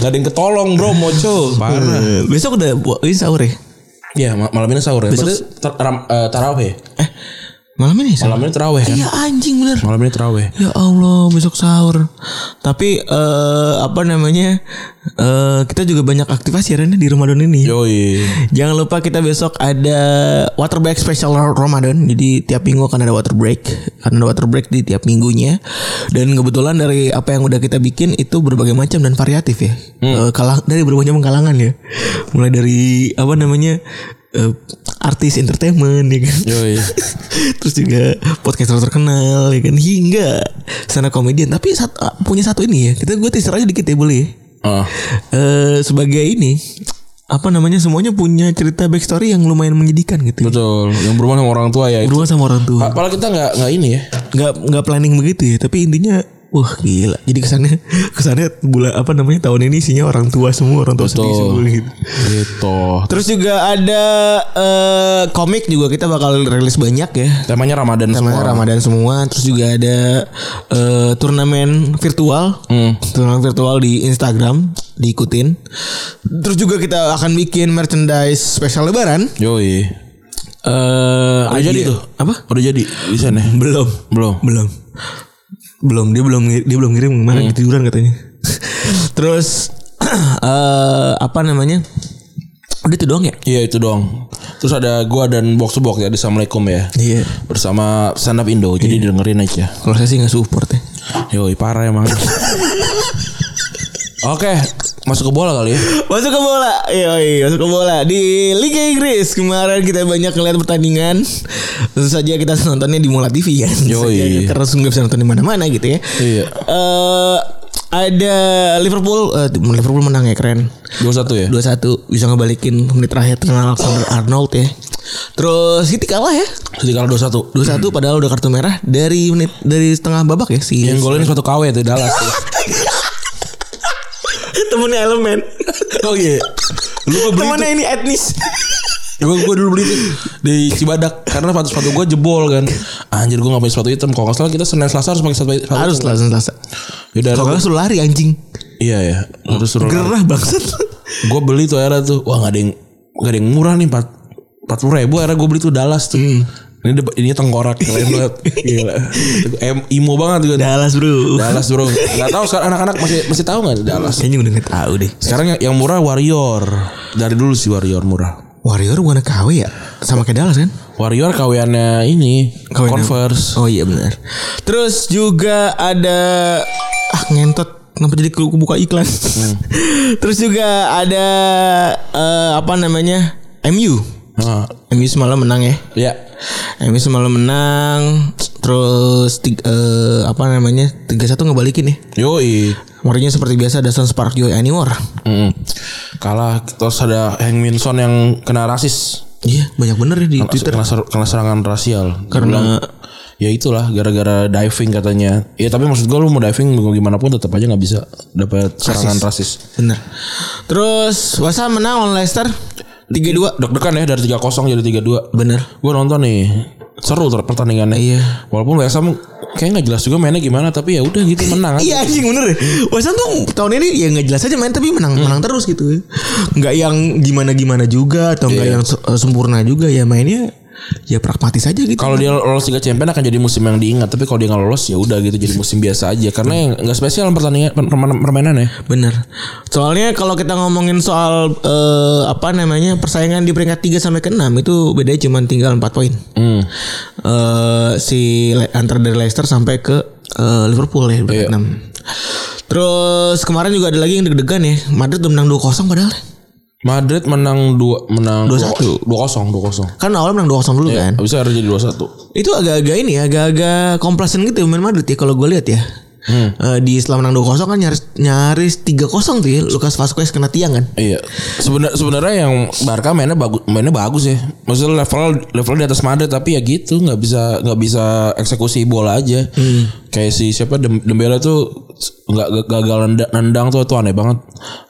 C: Gak ada yang ketolong bro moco. Parah.
B: Eh, besok udah bu- ini sahur ya?
C: Iya ma- malam ini sahur ya. Berarti tar- ram- eh, taraweh. ya?
B: Malam ini sahur.
C: Malam ini taraweh kan.
B: Iya anjing bener.
C: Malam ini taraweh.
B: Ya Allah besok sahur. Tapi eh, apa namanya eh, kita juga banyak aktivasi hari ini di Ramadan ini.
C: Yoi.
B: Jangan lupa kita besok ada water break special Ramadan. Jadi tiap minggu akan ada water break, akan ada water break di tiap minggunya. Dan kebetulan dari apa yang udah kita bikin itu berbagai macam dan variatif ya. Eh, kalang dari berbagai macam kalangan ya. Mulai dari apa namanya eh, artis entertainment ya kan.
C: Yoi.
B: Terus juga podcaster terkenal ya kan hingga sana komedian tapi sat- ah, punya satu ini ya. Kita gue teaser aja dikit ya boleh. ya?
C: Ah.
B: Eh, sebagai ini apa namanya semuanya punya cerita backstory yang lumayan menyedihkan gitu.
C: Betul. Yang berhubungan sama orang tua ya. itu.
B: Berdua sama orang tua.
C: Padahal kita nggak nggak ini ya.
B: nggak nggak planning begitu ya, tapi intinya wah gila. Jadi kesannya kesannya bulan apa namanya tahun ini isinya orang tua semua, orang tua sedih
C: Betul.
B: semua gitu.
C: Gitu.
B: Terus juga ada eh, komik juga kita bakal rilis banyak ya.
C: Temanya Ramadan
B: Temanya
C: semua.
B: Ramadan semua terus juga ada eh, turnamen virtual
C: Hmm.
B: turnamen virtual di Instagram diikutin terus juga kita akan bikin merchandise spesial Lebaran eh
C: Yoi. Udah jadi tuh.
B: apa
C: Udah jadi bisa nih.
B: belum
C: Belum.
B: belum belum dia belum ngir- dia belum ngirim kemarin ketiduran katanya terus eh apa namanya udah itu doang ya
C: Iya itu doang. Terus ada gua dan box to box ya di Assalamualaikum ya.
B: iya
C: Bersama stand up Indo. Jadi dengerin aja.
B: kalau saya sih nggak support ya
C: Yoi parah emang. Oke, masuk ke bola kali ya.
B: Masuk ke bola, yoi masuk ke bola di Liga Inggris kemarin kita banyak ngeliat pertandingan. Tentu saja kita nontonnya di Mola TV ya. Tentu
C: Yoi.
B: saja Terus nggak bisa nonton di mana-mana gitu ya.
C: Iya.
B: Eh, ada Liverpool, eh, Liverpool menang ya keren.
C: 21 ya.
B: 2-1 bisa ngebalikin menit terakhir dengan Alexander Arnold ya. Terus City kalah ya.
C: Jadi kalau 21.
B: 2-1 padahal udah kartu merah dari menit dari setengah babak ya si
C: Yang golin suatu KW tuh Dallas. tuh.
B: temennya elemen.
C: Oh iya. Lu kok beli
B: temennya ini etnis.
C: Gue gue Ya, dulu beli tuh di Cibadak karena sepatu sepatu gue jebol kan. Anjir gue nggak punya sepatu hitam. Kalau nggak salah kita senin selasa harus pakai sepatu hitam.
B: Harus lah, selasa.
C: Yaudah,
B: Kalau
C: akhirnya
B: nggak suruh lari anjing.
C: gua- iya ya harus suruh.
B: gerah bangsat
C: Gue beli tuh era tuh wah nggak ada yang nggak ada yang murah nih empat empat puluh ribu era gue beli tuh Dallas tuh. Ini de- ini tengkorak keren banget. Gila. Em, imo banget juga.
B: Dallas bro
C: Dallas bro. Gak tahu sekarang anak-anak masih masih tahu nggak Dallas?
B: kayaknya udah nggak tahu deh
C: Sekarang yang, yang murah Warrior. Dari dulu sih Warrior murah.
B: Warrior bukan KW ya sama kayak Dallas kan
C: Warrior kawiannya ini
B: KW -nya.
C: Converse.
B: oh iya benar terus juga ada ah ngentot kenapa jadi aku buka iklan terus juga ada eh, apa namanya MU
C: Nah,
B: MU semalam menang ya
C: ya
B: MU semalam menang terus tiga, eh, apa namanya tiga satu ngebalikin nih
C: Yoi.
B: Warnanya seperti biasa ada Sun Spark Joy Anymore
C: Mm. Kalah terus ada Hangminson yang kena rasis.
B: Iya, banyak bener ya di
C: Karena-
B: Twitter.
C: karena, ser- karena serangan rasial karena ya itulah gara-gara diving katanya ya tapi maksud gue lu mau diving mau gimana pun tetap aja nggak bisa dapat serangan rasis
B: Bener. Terus Wasa menang lawan Leicester 3-2.
C: deg-degan ya dari 3-0 jadi 3-2
B: Bener.
C: gue nonton nih seru ter pertandingannya
B: Iya.
C: walaupun West Ham kayak nggak jelas juga mainnya gimana tapi ya udah gitu menang aja.
B: Iya anjing bener ya. Wasa tuh tahun ini ya nggak jelas aja main tapi menang menang terus gitu. Nggak yang gimana gimana juga atau nggak
C: Iya.
B: yang se- eh, sempurna juga ya mainnya ya pragmatis aja gitu.
C: kalau dia lolos Liga Champion akan jadi musim yang diingat tapi kalau dia nggak lolos ya udah gitu jadi musim biasa aja karena yang nggak spesial pertandingan per- permainan ya. permainannya
B: Bener. Soalnya kalau kita ngomongin soal eh, apa namanya persaingan di peringkat 3 sampai ke 6 itu bedanya cuma tinggal 4 poin.
C: hmm.
B: eh si Le- antar dari Leicester sampai ke eh, Liverpool ya peringkat
C: Iya.
B: enam. Terus kemarin juga ada lagi yang deg-degan ya. Madrid udah menang 2-0 padahal.
C: Madrid menang dua menang
B: 2-1.
C: 2-0 2-0
B: Kan awalnya menang 2-0 dulu kan.
C: Abis itu akhirnya jadi 21
B: Itu agak-agak ini ya, agak-agak komplasen gitu ya main Madrid ya kalau gue lihat ya.
C: Hmm.
B: Eh, di setelah menang 2-0 kan nyaris nyaris 3-0 tuh ya. Lucas Vasquez kena tiang kan.
C: Iya. Sebenar- sebenarnya yang Barca mainnya bagus mainnya bagus ya. Maksudnya level level di atas Madrid tapi ya gitu nggak bisa nggak bisa eksekusi bola aja. Kayak si siapa Dem- Dembele tuh nggak nggak gagal nendang, nendang tuh tuh aneh banget.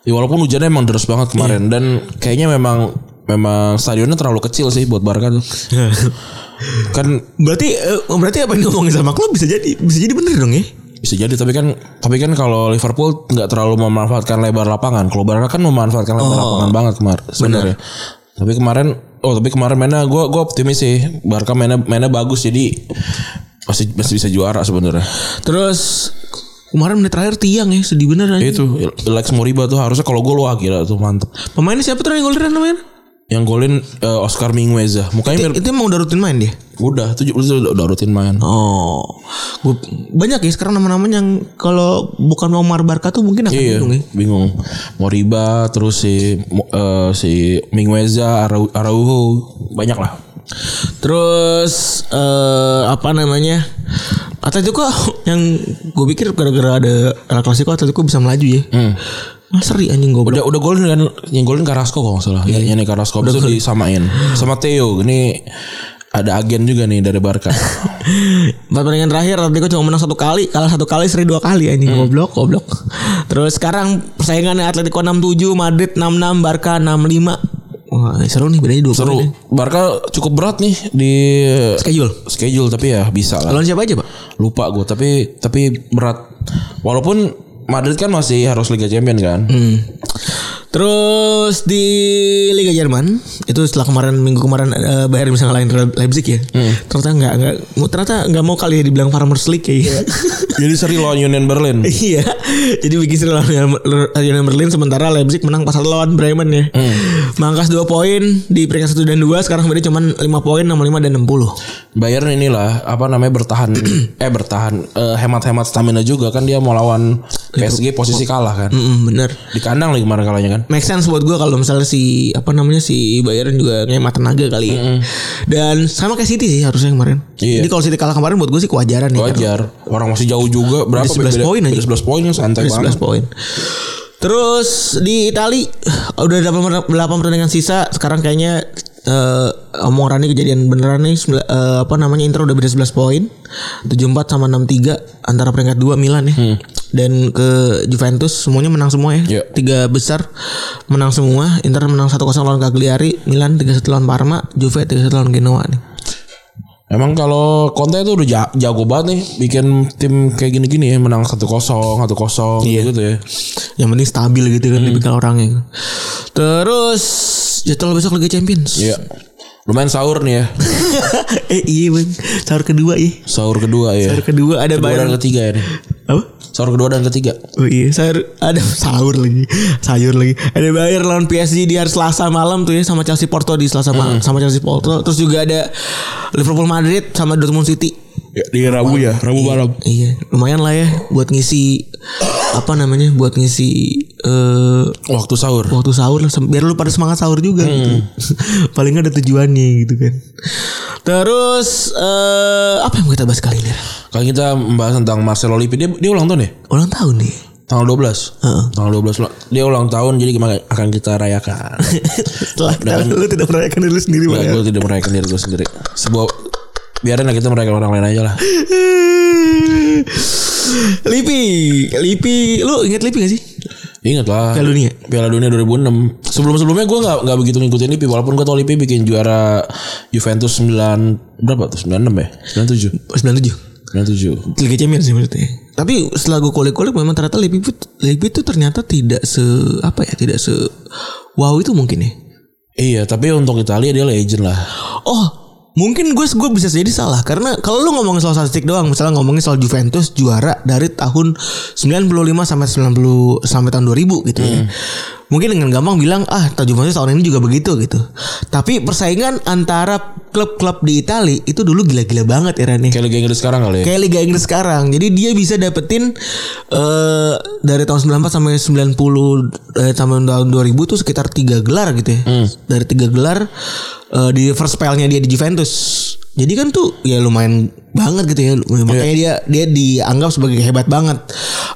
C: Ya, walaupun hujannya emang deras banget kemarin dan kayaknya memang memang stadionnya terlalu kecil sih buat Barca tuh. kan
B: Berarti eh, berarti apa yang ngomongin sama klub bisa jadi bisa jadi bener dong ya.
C: bisa jadi tapi kan tapi kan kalau Liverpool nggak terlalu memanfaatkan lebar lapangan. Kalau Barca kan memanfaatkan lebar
B: Oh.
C: lapangan banget kemarin sebenarnya. Tapi kemarin oh tapi kemarin mainnya gue gue optimis sih Barca mainnya mainnya bagus jadi masih masih bisa juara sebenarnya.
B: Terus kemarin menit terakhir tiang ya, sedih bener aja.
C: Itu Lex Moriba tuh harusnya kalau gue wah gila tuh mantep.
B: Pemainnya siapa terakhir golderan namanya?
C: Yang golin eh, Oscar Mingueza. Mukanya mirip
B: Itu emang udah rutin main dia?
C: udah tuh udah, udah rutin main.
B: Oh, gua, banyak ya sekarang nama-namanya yang kalau bukan Omar Barca tuh mungkin akan
C: Iya,
B: bingung ya.
C: bingung. Moriba terus si Mo- eh, si Mingueza, Arau- Araujo, banyak lah.
B: Terus eh, apa namanya? Atletico yang gue pikir gara-gara ada El Clasico Atletico bisa melaju ya. Wah, seri anjing gue.
C: Udah udah golin kan yang golin Carrasco kalau nggak salah. Iya, Yang ini Carrasco itu disamain sama Theo. Ini ada agen juga nih dari Barca.
B: Empat pertandingan terakhir Atletico cuma menang satu kali, kalah satu kali, seri dua kali anjing goblok, goblok. Terus sekarang persaingannya Atletico 67, Madrid 66, Barca 65. Wah, seru nih bedanya dua
C: Seru.
B: poin.
C: Barca cukup berat nih di
B: Schedule.
C: schedule tapi ya bisa lah.
B: Lawan siapa aja, Pak?
C: Lupa gue tapi tapi berat. Walaupun Madrid kan masih harus Liga Champion kan.
B: Hmm. Terus di Liga Jerman itu setelah kemarin minggu kemarin eh, Bayern bisa ngalahin Le- Leipzig ya. Ternyata nggak nggak mau- ternyata nggak mau kali ya dibilang Farmers League ya.
C: Jadi seri lawan Union Berlin.
B: Iya. Jadi bikin seri lawan Union- Union Berlin sementara Leipzig menang pas lawan Bremen ya. Mangkas 2 poin di peringkat 1 dan 2 sekarang berarti cuma 5 poin 65 dan 60.
C: Bayern inilah apa namanya bertahan eh bertahan eh, hemat-hemat stamina juga kan dia mau lawan PSG posisi kalah kan.
B: Mm-mm, Hmm, bener.
C: Di kandang lagi kemarin kalahnya kan.
B: Make sense buat gue kalau misalnya si apa namanya si Bayern juga ngemat tenaga kali ya. Dan sama kayak City sih harusnya kemarin.
C: Iya.
B: Jadi kalau City kalah kemarin buat gue sih kewajaran ya.
C: Wajar. Orang masih jauh juga berapa?
B: 11
C: beda-
B: poin aja.
C: beda 11 poin kan santai
B: Ada 11
C: banget.
B: poin. Terus di Itali udah ada 8 pertandingan sisa. Sekarang kayaknya eh omongannya kejadian beneran nih Sembil- eh, apa namanya Inter udah beda 11 poin. 74 sama 63 antara peringkat 2 Milan ya. Dan ke Juventus semuanya menang semua ya.
C: Hmm. Iya.
B: Tiga besar menang semua. Inter menang 1-0 lawan Cagliari, Milan 3-1 lawan Parma, Juve 3-1 lawan Genoa nih.
C: Emang kalau Conte itu udah ja- jago banget nih bikin tim kayak gini-gini ya menang 1-0, 1-0 gitu ya.
B: Yang penting stabil gitu
C: Hmm.
B: kan tipikal orangnya. Terus jadwal besok Liga Champions.
C: Iya. Lumayan sahur nih ya.
B: eh iya bang sahur kedua ya
C: Sahur kedua ya.
B: sahur kedua ada
C: Kedua dan
B: bayar
C: ketiga ya nih.
B: apa
C: Sahur kedua dan ketiga.
B: oh iya sahur ada sahur lagi sayur lagi ada bayar lawan PSG di hari Selasa malam tuh ya sama Chelsea Porto di Selasa malam sama Chelsea Porto terus juga ada Liverpool Madrid sama Dortmund City
C: di Rabu ya, Rabu malam.
B: iya lumayan lah ya buat ngisi apa namanya buat ngisi eh
C: Waktu sahur.
B: waktu sahur lah, sem- biar lu pada semangat sahur juga gitu. paling nggak ada tujuannya gitu kan terus eh apa yang mau kita bahas kali ini
C: Kali kita membahas tentang Marcelo Lippi dia dia ulang tahun ya?
B: ulang tahun nih
C: Tanggal 12
B: Heeh.
C: Tanggal 12 lo- Dia ulang tahun Jadi kemarin akan kita rayakan
B: Setelah kita lu tidak merayakan diri lu sendiri ya.
C: Gue
B: Bang.
C: gue tidak merayakan diri gue sendiri Sebuah Biarin lah kita merayakan orang lain aja lah
B: Lipi, Lipi, lu inget Lipi gak sih?
C: Ingat lah
B: Piala Dunia.
C: Piala Dunia 2006 Sebelum-sebelumnya gue gak, nggak begitu ngikutin Lipi Walaupun gue tau Lipi bikin juara Juventus 9 Berapa tuh? 96 ya?
B: 97
C: 97 97
B: Liga Champions sih maksudnya. Tapi setelah gue kulik-kulik memang ternyata Lipi Lipi itu ternyata tidak se apa ya, tidak se wow itu mungkin ya.
C: Iya tapi untuk Italia dia legend lah
B: Oh, mungkin gue gue bisa jadi salah karena kalau lu ngomongin soal statistik doang, misalnya ngomongin soal Juventus juara dari tahun 95 sampai 90 sampai tahun 2000 gitu ya. Mungkin dengan gampang bilang ah, tahun Juventus tahun ini juga begitu gitu. Tapi persaingan antara klub-klub di Italia itu dulu gila-gila banget Iran ya.
C: Kayak Liga Inggris sekarang kali ya
B: Kayak Liga Inggris sekarang. Jadi dia bisa dapetin eh dari tahun 94 sampai 90 eh, sampai tahun 2000 tuh sekitar 3 gelar gitu ya. Dari 3 gelar eh, di first spellnya dia di Juventus. Jadi kan tuh ya lumayan banget gitu ya. Makanya dia dia dianggap sebagai hebat banget.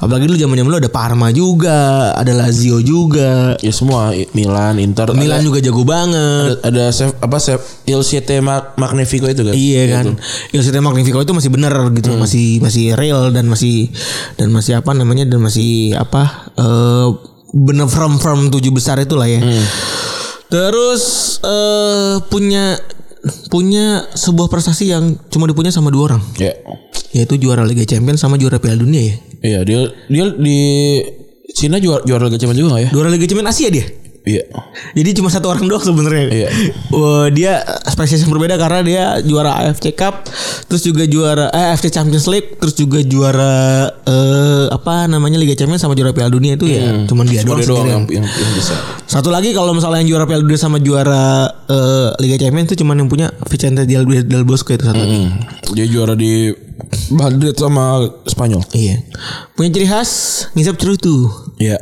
B: Apalagi dulu zaman-zaman dulu ada Parma juga, ada Lazio juga.
C: Ya semua I- Milan, Inter
B: Milan juga jago banget.
C: ada, ada chef apa chef Il Siete Mag- Magnifico itu kan?
B: Iya kan. Il Sistema Magnifico itu masih benar gitu, masih masih real dan masih dan masih apa namanya dan masih apa eh bener firm firm tujuh besar itulah ya. Terus eh punya punya sebuah prestasi yang cuma dipunya sama dua orang,
C: Ya.
B: yaitu juara Liga Champions sama juara Piala Dunia ya.
C: Iya, dia dia di Cina juara juara Liga Champions juga nggak ya?
B: Juara Liga Champions Asia dia.
C: Iya.
B: Jadi cuma satu orang doang sebenarnya.
C: Iya.
B: Wah, dia spesies yang berbeda karena dia juara AFC Cup, terus juga juara eh, AFC Champions League, terus juga juara eh, apa namanya Liga Champions sama juara Piala Dunia itu ya. Cuman dia doang
C: Cuma Hmm. dia doang
B: sendirian.
C: yang, yang, yang bisa.
B: Satu lagi kalau misalnya yang juara Piala Dunia sama juara eh, Liga Champions itu cuman yang punya Vicente del, del Bosque itu satu.
C: Hmm. Dia juara di Madrid sama Spanyol.
B: Iya. Punya ciri khas ngisap cerutu.
C: Iya.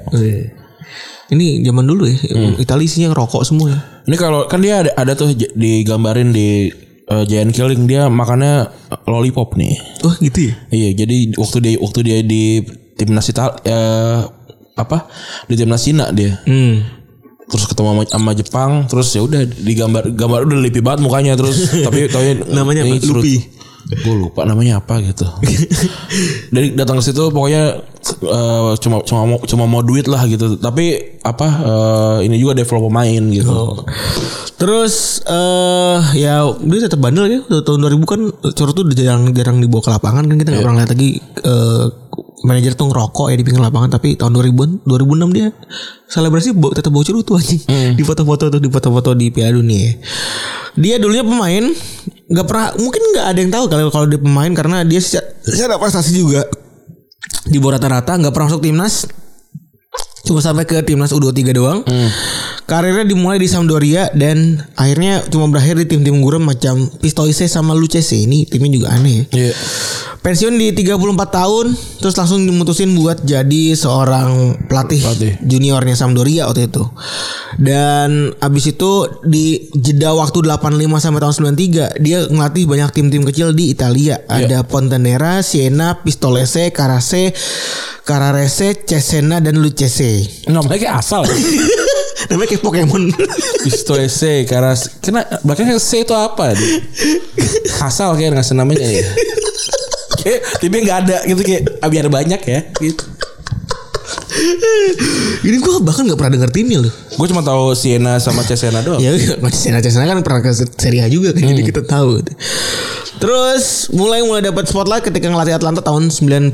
B: Ini zaman dulu ya.
C: Hmm.
B: Italia isinya rokok semua ya.
C: Ini kalau kan dia ada, ada tuh j- digambarin di eh, Giant Killing dia makannya lollipop nih.
B: Wah, gitu ya.
C: Iya, jadi waktu dia waktu dia di timnas Italia apa di timnas Cina dia.
B: Hmm.
C: Terus ketemu sama, sama Jepang, terus ya udah digambar gambar udah lipi banget mukanya terus tapi taunya
B: Namanya apa? Lupi.
C: Gue lupa namanya apa gitu. Dari datang ke situ pokoknya eh, cuma cuma mau cuma mau duit lah gitu. Tapi apa eh, ini juga develop pemain gitu.
B: Terus eh ya dia tetap bandel ya. Udah tahun 2000 kan Cor tuh udah jarang jarang dibawa ke lapangan kan kita nggak pernah lihat lagi eh manajer tuh ngerokok ya di pinggir lapangan tapi tahun 2000 2006 dia selebrasi bawa- tetap bawa cerutu anjing. Di foto-foto tuh di foto-foto di Piala Dunia. Dia dulunya pemain nggak pernah mungkin nggak ada yang tahu kalau kalau dia pemain karena dia secara, secara prestasi juga di bawah rata-rata nggak pernah masuk timnas cuma sampai ke timnas U23 doang. Karirnya dimulai di Sampdoria dan akhirnya cuma berakhir di tim-tim gurem macam Pistoiese sama Lucchese. Ini timnya juga aneh. ya.
C: Iya.
B: Pensiun di 34 tahun terus langsung dimutusin buat jadi seorang pelatih,
C: Pelatih.
B: juniornya Sampdoria waktu itu. Dan abis itu di jeda waktu 85 sampai tahun 93 dia ngelatih banyak tim-tim kecil di Italia. Ada Pontenera, Siena, Pistolese, Carase, Cararese, Cesena dan Lucchese.
C: Namanya Nah, kayak asal. ya?
B: Namanya kayak Pokemon.
C: Pistoese karena kena belakangnya C itu apa Di? Asal kayak ngasih namanya ya. Kayak timnya nggak ada gitu kayak "Ah, biar banyak ya. Gitu.
B: Ini gua bahkan nggak pernah denger timnya loh.
C: Gue cuma tahu Siena sama Cesena doang.
B: Ya masih Cesena Cesena kan pernah ke Serie A juga kan jadi kita tahu. gitu. Terus mulai mulai dapat spotlight ketika ngelatih Atlanta tahun 92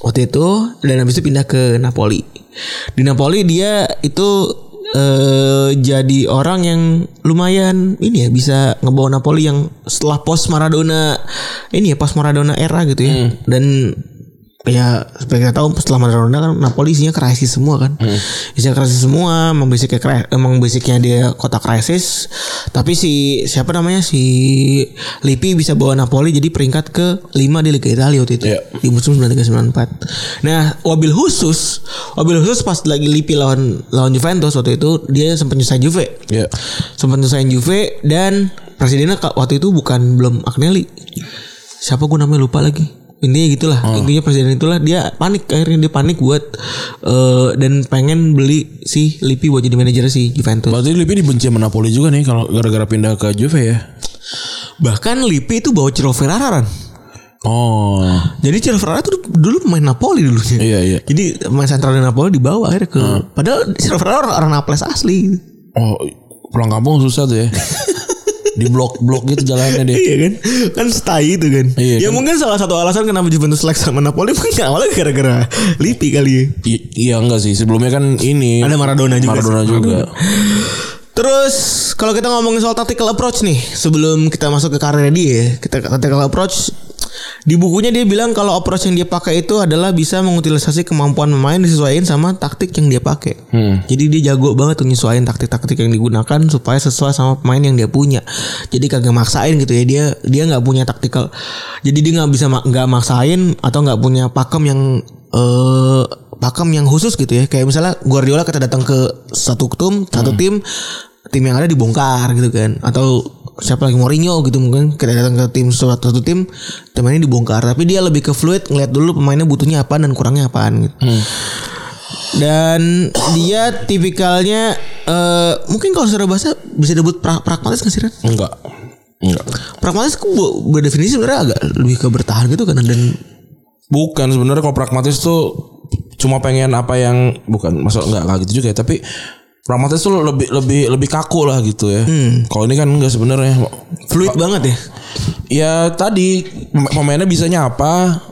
B: waktu itu dan habis itu pindah ke Napoli. Di Napoli dia itu eh jadi orang yang lumayan ini ya bisa ngebawa Napoli yang setelah pos Maradona ini ya pas Maradona era gitu ya dan ya seperti kita tahu setelah Maradona kan Napoli isinya krisis semua kan isinya krisis semua emang basicnya kri- emang basicnya dia kota krisis tapi si siapa namanya si Lippi bisa bawa Napoli jadi peringkat ke 5 di Liga Italia waktu itu
C: Iya.
B: di musim 9394 nah wabil khusus wabil khusus pas lagi Lippi lawan lawan Juventus waktu itu dia sempat nyusahin Juve
C: Iya.
B: sempat nyusahin Juve dan presidennya ka- waktu itu bukan belum Agnelli siapa gue namanya lupa lagi intinya gitulah intinya presiden itulah dia panik akhirnya dia panik buat eh, dan pengen beli si Lippi buat jadi manajer si Juventus
C: Berarti Lippi dibenci sama Napoli juga nih kalau gara-gara pindah ke Juve ya.
B: bahkan Lippi itu bawa Ciro Ferrara Ran.
C: Oh.
B: jadi Ciro Ferrara tuh dulu pemain Napoli dulunya
C: Iya, iya.
B: jadi pemain sentral dari Napoli dibawa akhirnya ke padahal Ciro Ferrara orang, orang Naples asli
C: Oh, pulang kampung susah tuh ya. Di blok-blok gitu jalannya deh.
B: Iya kan Kan stay itu kan
C: Iya,
B: Ya
C: kan.
B: mungkin salah satu alasan Kenapa Juventus like sama Napoli Mungkin awalnya gara-gara Lippi kali ya
C: I- iya enggak sih sebelumnya kan ini
B: Ada Maradona juga
C: Maradona
B: sih.
C: juga.
B: Terus kalau kita ngomongin soal tactical approach nih, sebelum kita masuk ke karirnya dia, kita ke tactical approach di bukunya dia bilang kalau approach yang dia pakai itu adalah bisa mengutilisasi kemampuan pemain disesuaikan sama taktik yang dia pakai. Jadi dia jago banget tuh nyesuaiin taktik-taktik yang digunakan supaya sesuai sama pemain yang dia punya. Jadi kagak maksain gitu ya dia dia nggak punya taktikal. Jadi dia nggak bisa ma- nggak maksain atau nggak punya pakem yang eh pakem yang khusus gitu ya. Kayak misalnya Guardiola kita datang ke satu tim, satu tim, tim yang ada dibongkar gitu kan. Atau siapa lagi Mourinho gitu mungkin kita datang ke tim suatu satu tim temannya dibongkar tapi dia lebih ke fluid ngeliat dulu pemainnya butuhnya apaan dan kurangnya apaan gitu dan dia tipikalnya eh mungkin kalau secara bahasa bisa disebut pra- pragmatis nggak sih Ren?
C: Enggak. Enggak.
B: pragmatis ke- bu- berdefinisi sebenarnya agak lebih ke bertahan gitu kan dan
C: Bukan sebenarnya kalau pragmatis tuh cuma pengen apa yang bukan masuk enggak enggak gitu juga ya, tapi pragmatis tuh lebih lebih lebih kaku lah gitu ya.
B: Hmm.
C: Kalau ini kan enggak sebenarnya.
B: fluid banget ya
C: Ya tadi pem- pemainnya bisanya apa,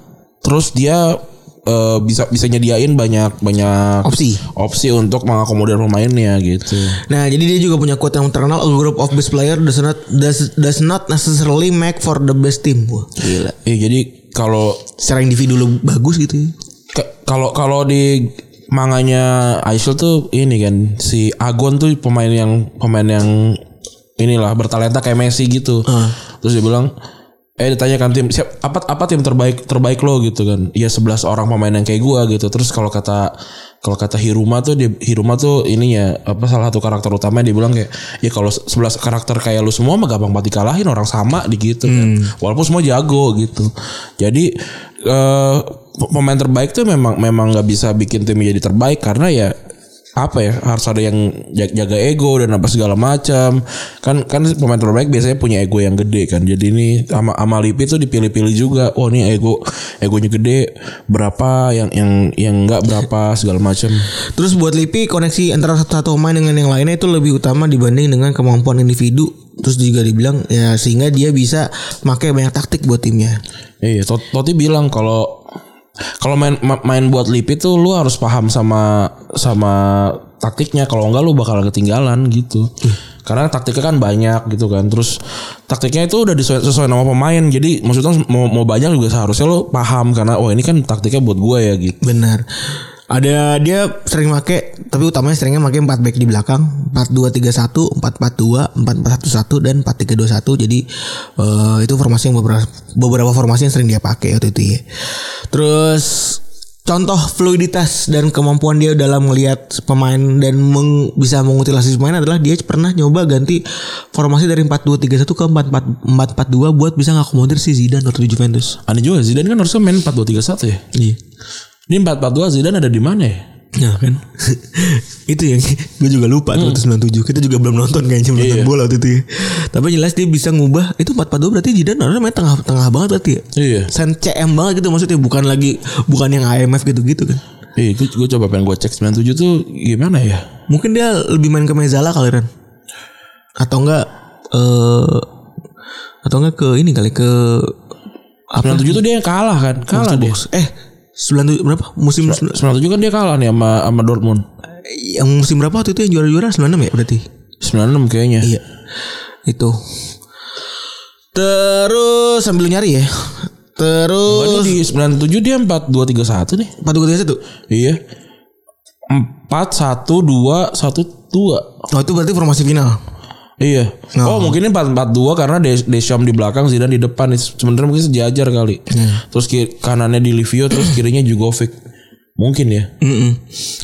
C: terus dia eh, bisa bisa nyediain banyak banyak
B: Opsi.
C: opsi untuk mengakomodir pemainnya gitu.
B: Nah, jadi dia juga punya quote yang terkenal a group of best player does not does, does not necessarily make for the best team. Wah, gila.
C: Iya jadi kalau
B: Secara individu lu bagus gitu ya.
C: Ke- kalau kalau di manganya Aisyul tuh ini kan si Agon tuh pemain yang pemain yang inilah bertalenta kayak Messi gitu. Terus dia bilang eh ditanyakan tim siap apa apa tim terbaik terbaik lo gitu kan. Iya 11 orang pemain yang kayak gua gitu. Terus kalau kata kalau kata Hiruma tuh dia Hiruma tuh ininya apa salah satu karakter utamanya dia bilang kayak ya kalau 11 karakter kayak lu semua mah gampang banget dikalahin orang sama di gitu kan. Walaupun semua jago gitu. Jadi eh pemain terbaik tuh memang memang nggak bisa bikin tim jadi terbaik karena ya apa ya harus ada yang ja- jaga ego dan apa segala macam kan kan pemain terbaik biasanya punya ego yang gede kan jadi ini ama ama Lippi tuh dipilih-pilih juga oh ini ego egonya gede berapa yang yang yang nggak berapa segala macam
B: Terus buat Lippi koneksi antara satu pemain dengan yang lainnya itu lebih utama dibanding dengan kemampuan individu. Terus juga dibilang ya sehingga dia bisa pakai banyak taktik buat timnya.
C: Iya, Tot- Totti bilang kalau kalau main ma- main buat Lipi tuh lu harus paham sama sama taktiknya. Kalau enggak lu bakal ketinggalan gitu. Karena taktiknya kan banyak gitu kan. Terus taktiknya itu udah disesuai, sesuai nama pemain. Jadi maksudnya mau, mau banyak juga seharusnya lu paham karena oh ini kan taktiknya buat gua ya gitu.
B: Benar. Ada dia sering make tapi utamanya seringnya make 4 back di belakang, 4231, 442, 4411 dan 4321. Jadi eh, itu formasi yang beberapa beberapa formasi yang sering dia pakai waktu itu ya. Terus contoh fluiditas dan kemampuan dia dalam melihat pemain dan meng- bisa mengutilasi pemain adalah dia pernah nyoba ganti formasi dari 4231 ke 4442 buat bisa ngakomodir si Zidane waktu di Juventus.
C: Aneh juga Zidane kan harusnya main 4-2-3-1 ya.
B: Iya.
C: Ini 4-4-2 Zidane ada di mana ya?
B: Ya kan Itu yang Gue juga lupa tuh, 97 Kita juga belum nonton kayaknya Belum nonton bola waktu itu ya Tapi jelas dia bisa ngubah Itu 4-4-2 berarti Zidane harusnya main tengah-tengah banget berarti ya
C: Iya.
B: Sen CM banget gitu maksudnya Bukan lagi Bukan yang IMF gitu-gitu kan
C: Iya, gue, gue coba pengen gue cek 97 tuh gimana ya?
B: Mungkin dia lebih main ke Mezala kali Ren Atau enggak eh Atau enggak ke ini kali Ke Apa
C: 97 tuh dia yang kalah kan? Kalah dia.
B: Eh 97 berapa Musim eh,
C: 97 kan dia kalah nih sama sama Dortmund.
B: Yang musim berapa waktu itu yang juara-juara 96 ya berarti
C: 96 kayaknya.
B: Iya. Itu. Terus sambil nyari ya.
C: Padahal
B: Terus
C: di 97 dia 4 2 3 1 nih.
B: Patu satu.
C: Iya. 4 1 2 1 2.
B: Oh itu berarti formasi final.
C: Iya.
B: Nah.
C: Oh, mungkin ini 4 4 2 karena Des- Deschamps di belakang, Zidane di depan. Sebenarnya mungkin sejajar kali.
B: Iya.
C: Terus kiri, kanannya di Livio, terus kirinya Jugovic. Mungkin ya.
B: Nah.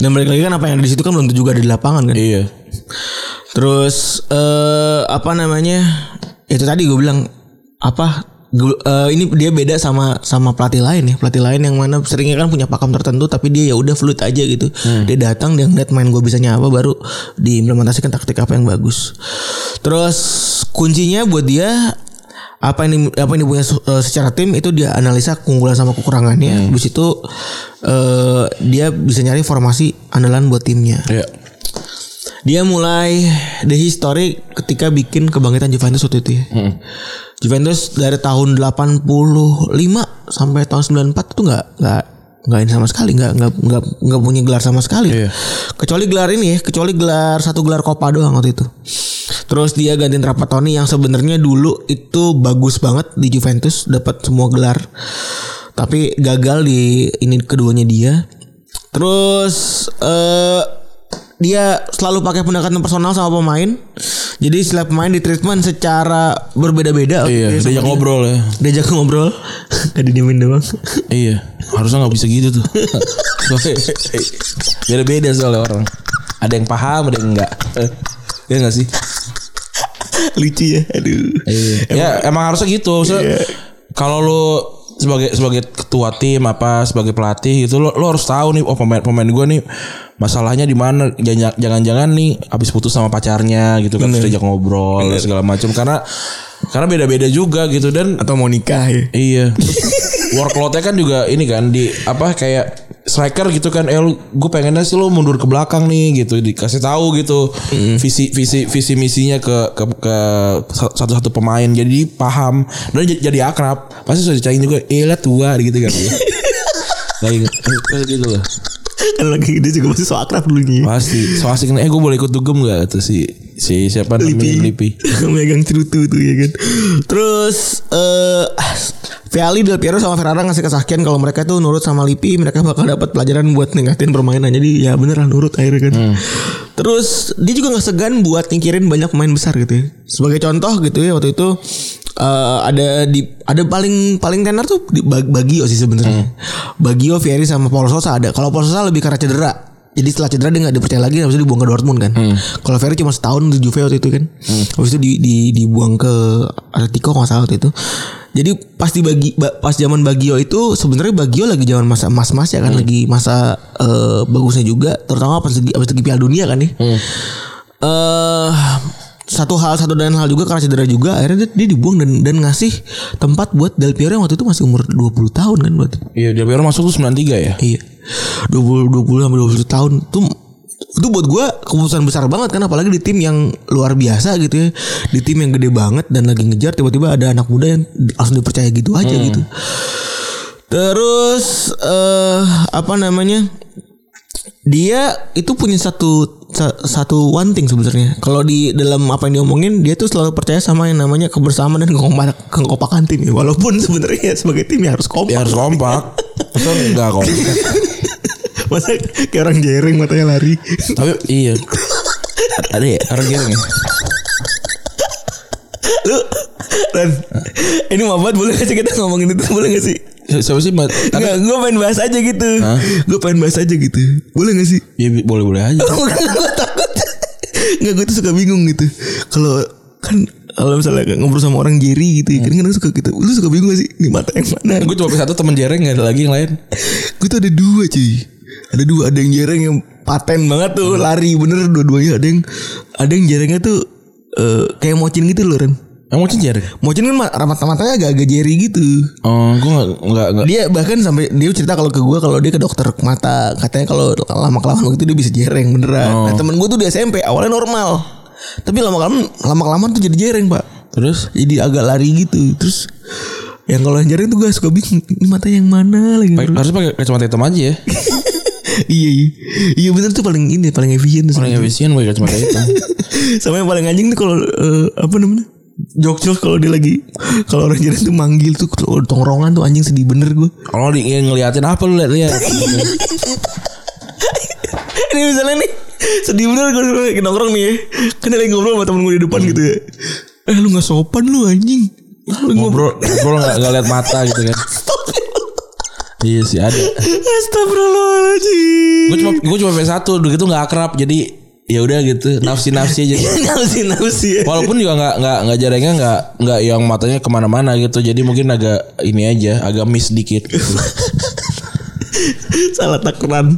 B: Dan balik lagi kan apa yang ada di situ kan belum tentu juga ada di lapangan kan.
C: Iya.
B: Terus eh apa namanya? Itu tadi gue bilang apa Gel- eh, ini dia beda sama sama pelatih lain ya pelatih lain yang mana seringnya kan punya pakam tertentu tapi dia ya udah fluid aja gitu dia datang dia ngeliat main gue bisanya apa baru diimplementasikan taktik apa yang bagus terus kuncinya buat dia apa ini apa ini punya su- eh, secara tim itu dia analisa keunggulan sama kekurangannya habis itu eh, dia bisa nyari formasi andalan buat timnya
C: Iya.
B: dia mulai the history ketika bikin kebangkitan Juventus waktu itu ya. Juventus dari tahun 85 sampai tahun 94 itu nggak nggak nggak ini sama sekali nggak nggak nggak nggak punya gelar sama sekali
C: Iya.
B: kecuali gelar ini ya kecuali gelar satu gelar Copa doang waktu itu terus dia gantiin Trapattoni yang sebenarnya dulu itu bagus banget di Juventus dapat semua gelar tapi gagal di ini keduanya dia terus eh dia selalu pakai pendekatan personal sama pemain. Jadi setiap pemain di treatment secara berbeda-beda.
C: Iya,
B: Oke,
C: diajak
B: sama dia.
C: ngobrol ya.
B: Diajak ngobrol. Gak didiemin doang.
C: Iya, harusnya nggak bisa gitu tuh. Beda beda soalnya orang. Ada yang paham, ada yang enggak. Iya nggak sih?
B: Lucu ya. Aduh.
C: Ya emang harusnya gitu. Maksudnya, Kalau lu sebagai sebagai ketua tim apa sebagai pelatih gitu lo, harus tahu nih oh pemain pemain gue nih masalahnya di mana Jangan- jangan-jangan nih abis putus sama pacarnya gitu kan terus diajak ngobrol dan segala macam karena karena beda-beda juga gitu dan
B: Atau mau nikah ya.
C: Iya. Workloadnya kan juga ini kan di apa kayak striker gitu kan, eh gue pengennya sih lo mundur ke belakang nih gitu, dikasih tahu gitu visi visi visi misinya ke ke, ke satu satu pemain, jadi paham dan j- jadi akrab. Pasti sudah dicain juga, eh liat tua gitu kan. Lagi kayak gitu loh.
B: Kan lagi dia juga masih so akrab dulunya.
C: Pasti so asik nih, eh gue boleh ikut dugem gak tuh si si siapa namanya Lipi.
B: Megang cerutu tuh ya kan. Terus eh Viali Del Piero sama Ferrara ngasih kesakian kalau mereka tuh nurut sama Lippi mereka bakal dapat pelajaran buat ningkatin permainan. Jadi ya beneran nurut akhirnya kan.
C: Hmm.
B: Terus dia juga nggak segan buat nyingkirin banyak pemain besar gitu. ya. Sebagai contoh gitu ya waktu itu eh, ada di ada paling paling tenar tuh di Bag- Bagio sih sebenarnya.
C: Hmm.
B: Bagio, Vieri sama Paul Sosa ada. Kalau Paul Sosa lebih karena cedera. Jadi setelah cedera dia nggak dipercaya lagi, habis itu dibuang ke Dortmund kan. Kalau Ferry cuma setahun di Juve waktu itu kan. Habis itu di, di, dibuang ke Atletico nggak salah waktu itu. Jadi pas di bagi ba- pas zaman Bagio itu sebenarnya Bagio lagi zaman masa mas-mas ya kan, lagi masa eh, bagusnya juga, terutama pas lagi abis lagi Piala Dunia kan nih. Eh satu hal satu dan hal juga karena cedera juga akhirnya dia, dia dibuang dan dan ngasih tempat buat Del Piero yang waktu itu masih umur 20 tahun kan berarti.
C: Iya, dia baru masuk tuh 93 ya.
B: Iya. 20 20 sampai 21 tahun itu itu buat gue keputusan besar banget kan apalagi di tim yang luar biasa gitu ya di tim yang gede banget dan lagi ngejar tiba-tiba ada anak muda yang di- langsung dipercaya gitu aja gitu terus eh apa namanya dia itu punya satu sa- satu one thing sebenarnya kalau di dalam apa yang diomongin dia tuh selalu percaya sama yang namanya kebersamaan dan kekompakan kekompakan tim ya. walaupun sebenarnya sebagai tim ya harus kompak
C: Ya harus kompak. Atau enggak kompak.
B: Masa kayak orang jering matanya lari
C: Tapi iya. Ada ya orang gini ya?
B: Dan Ini mau banget boleh gak sih kita ngomongin itu Boleh gak sih?
C: Siapa sih Mat? Tapi
B: Enggak, gue pengen bahas aja gitu Gue pengen bahas aja gitu Boleh gak sih?
C: ya, boleh-boleh aja.
B: gue takut Enggak, gue tuh suka bingung gitu Kalau kan kalau misalnya ngobrol sama orang Jerry gitu ya, kan kadang suka gitu. Lu suka bingung gak sih? Ini mata yang mana?
C: Gue cuma punya satu temen jereng gak ada lagi yang lain.
B: Gue tuh ada dua cuy Ada dua Ada yang jereng yang paten banget tuh Lari bener dua-duanya Ada yang Ada yang jerengnya tuh eh, Kayak mocin gitu loh Ren
C: Yang mau jereng?
B: Mocin kan mata-matanya agak-agak jeri gitu.
C: Oh, gue gak, gak, gak.
B: Dia bahkan sampai dia cerita kalau ke gue kalau dia ke dokter mata katanya kalau lama kelamaan begitu dia bisa jereng beneran. Nah, temen gue tuh di SMP awalnya normal, tapi lama kelamaan lama kelamaan tuh jadi jereng pak.
C: Terus?
B: Jadi agak lari gitu. Terus yang kalau yang jereng tuh gue suka bingung ini mata yang mana lagi.
C: Pakai- harus pakai kacamata hitam aja ya.
B: iya iya iya bener tuh paling ini paling efisien tuh.
C: Orang yang efisien pakai kacamata hitam.
B: Sama yang paling anjing tuh kalau eh, apa namanya? Jokjok kalau dia lagi kalau orang jalan tuh manggil tuh kalau tongrongan tuh anjing sedih bener gue.
C: Kalau di yang ngeliatin apa lu liat-liat.
B: Ini misalnya nih sedih bener gue lagi nongkrong nih ya. Kan dia lagi ngobrol sama temen gue di depan gitu ya. Eh lu gak sopan lu anjing. Lu
C: Ngobrol, ngobrol gak, gak liat mata gitu kan. Iya sih ada.
B: Astagfirullahaladzim.
C: Gue cuma gue cuma punya satu, udah gitu gak akrab. Jadi ya udah gitu nafsi nafsi aja
B: Nafsi nafsi ya.
C: walaupun juga nggak nggak nggak jarangnya nggak nggak yang matanya kemana-mana gitu jadi mungkin agak ini aja agak miss dikit gitu.
B: Salah takuran.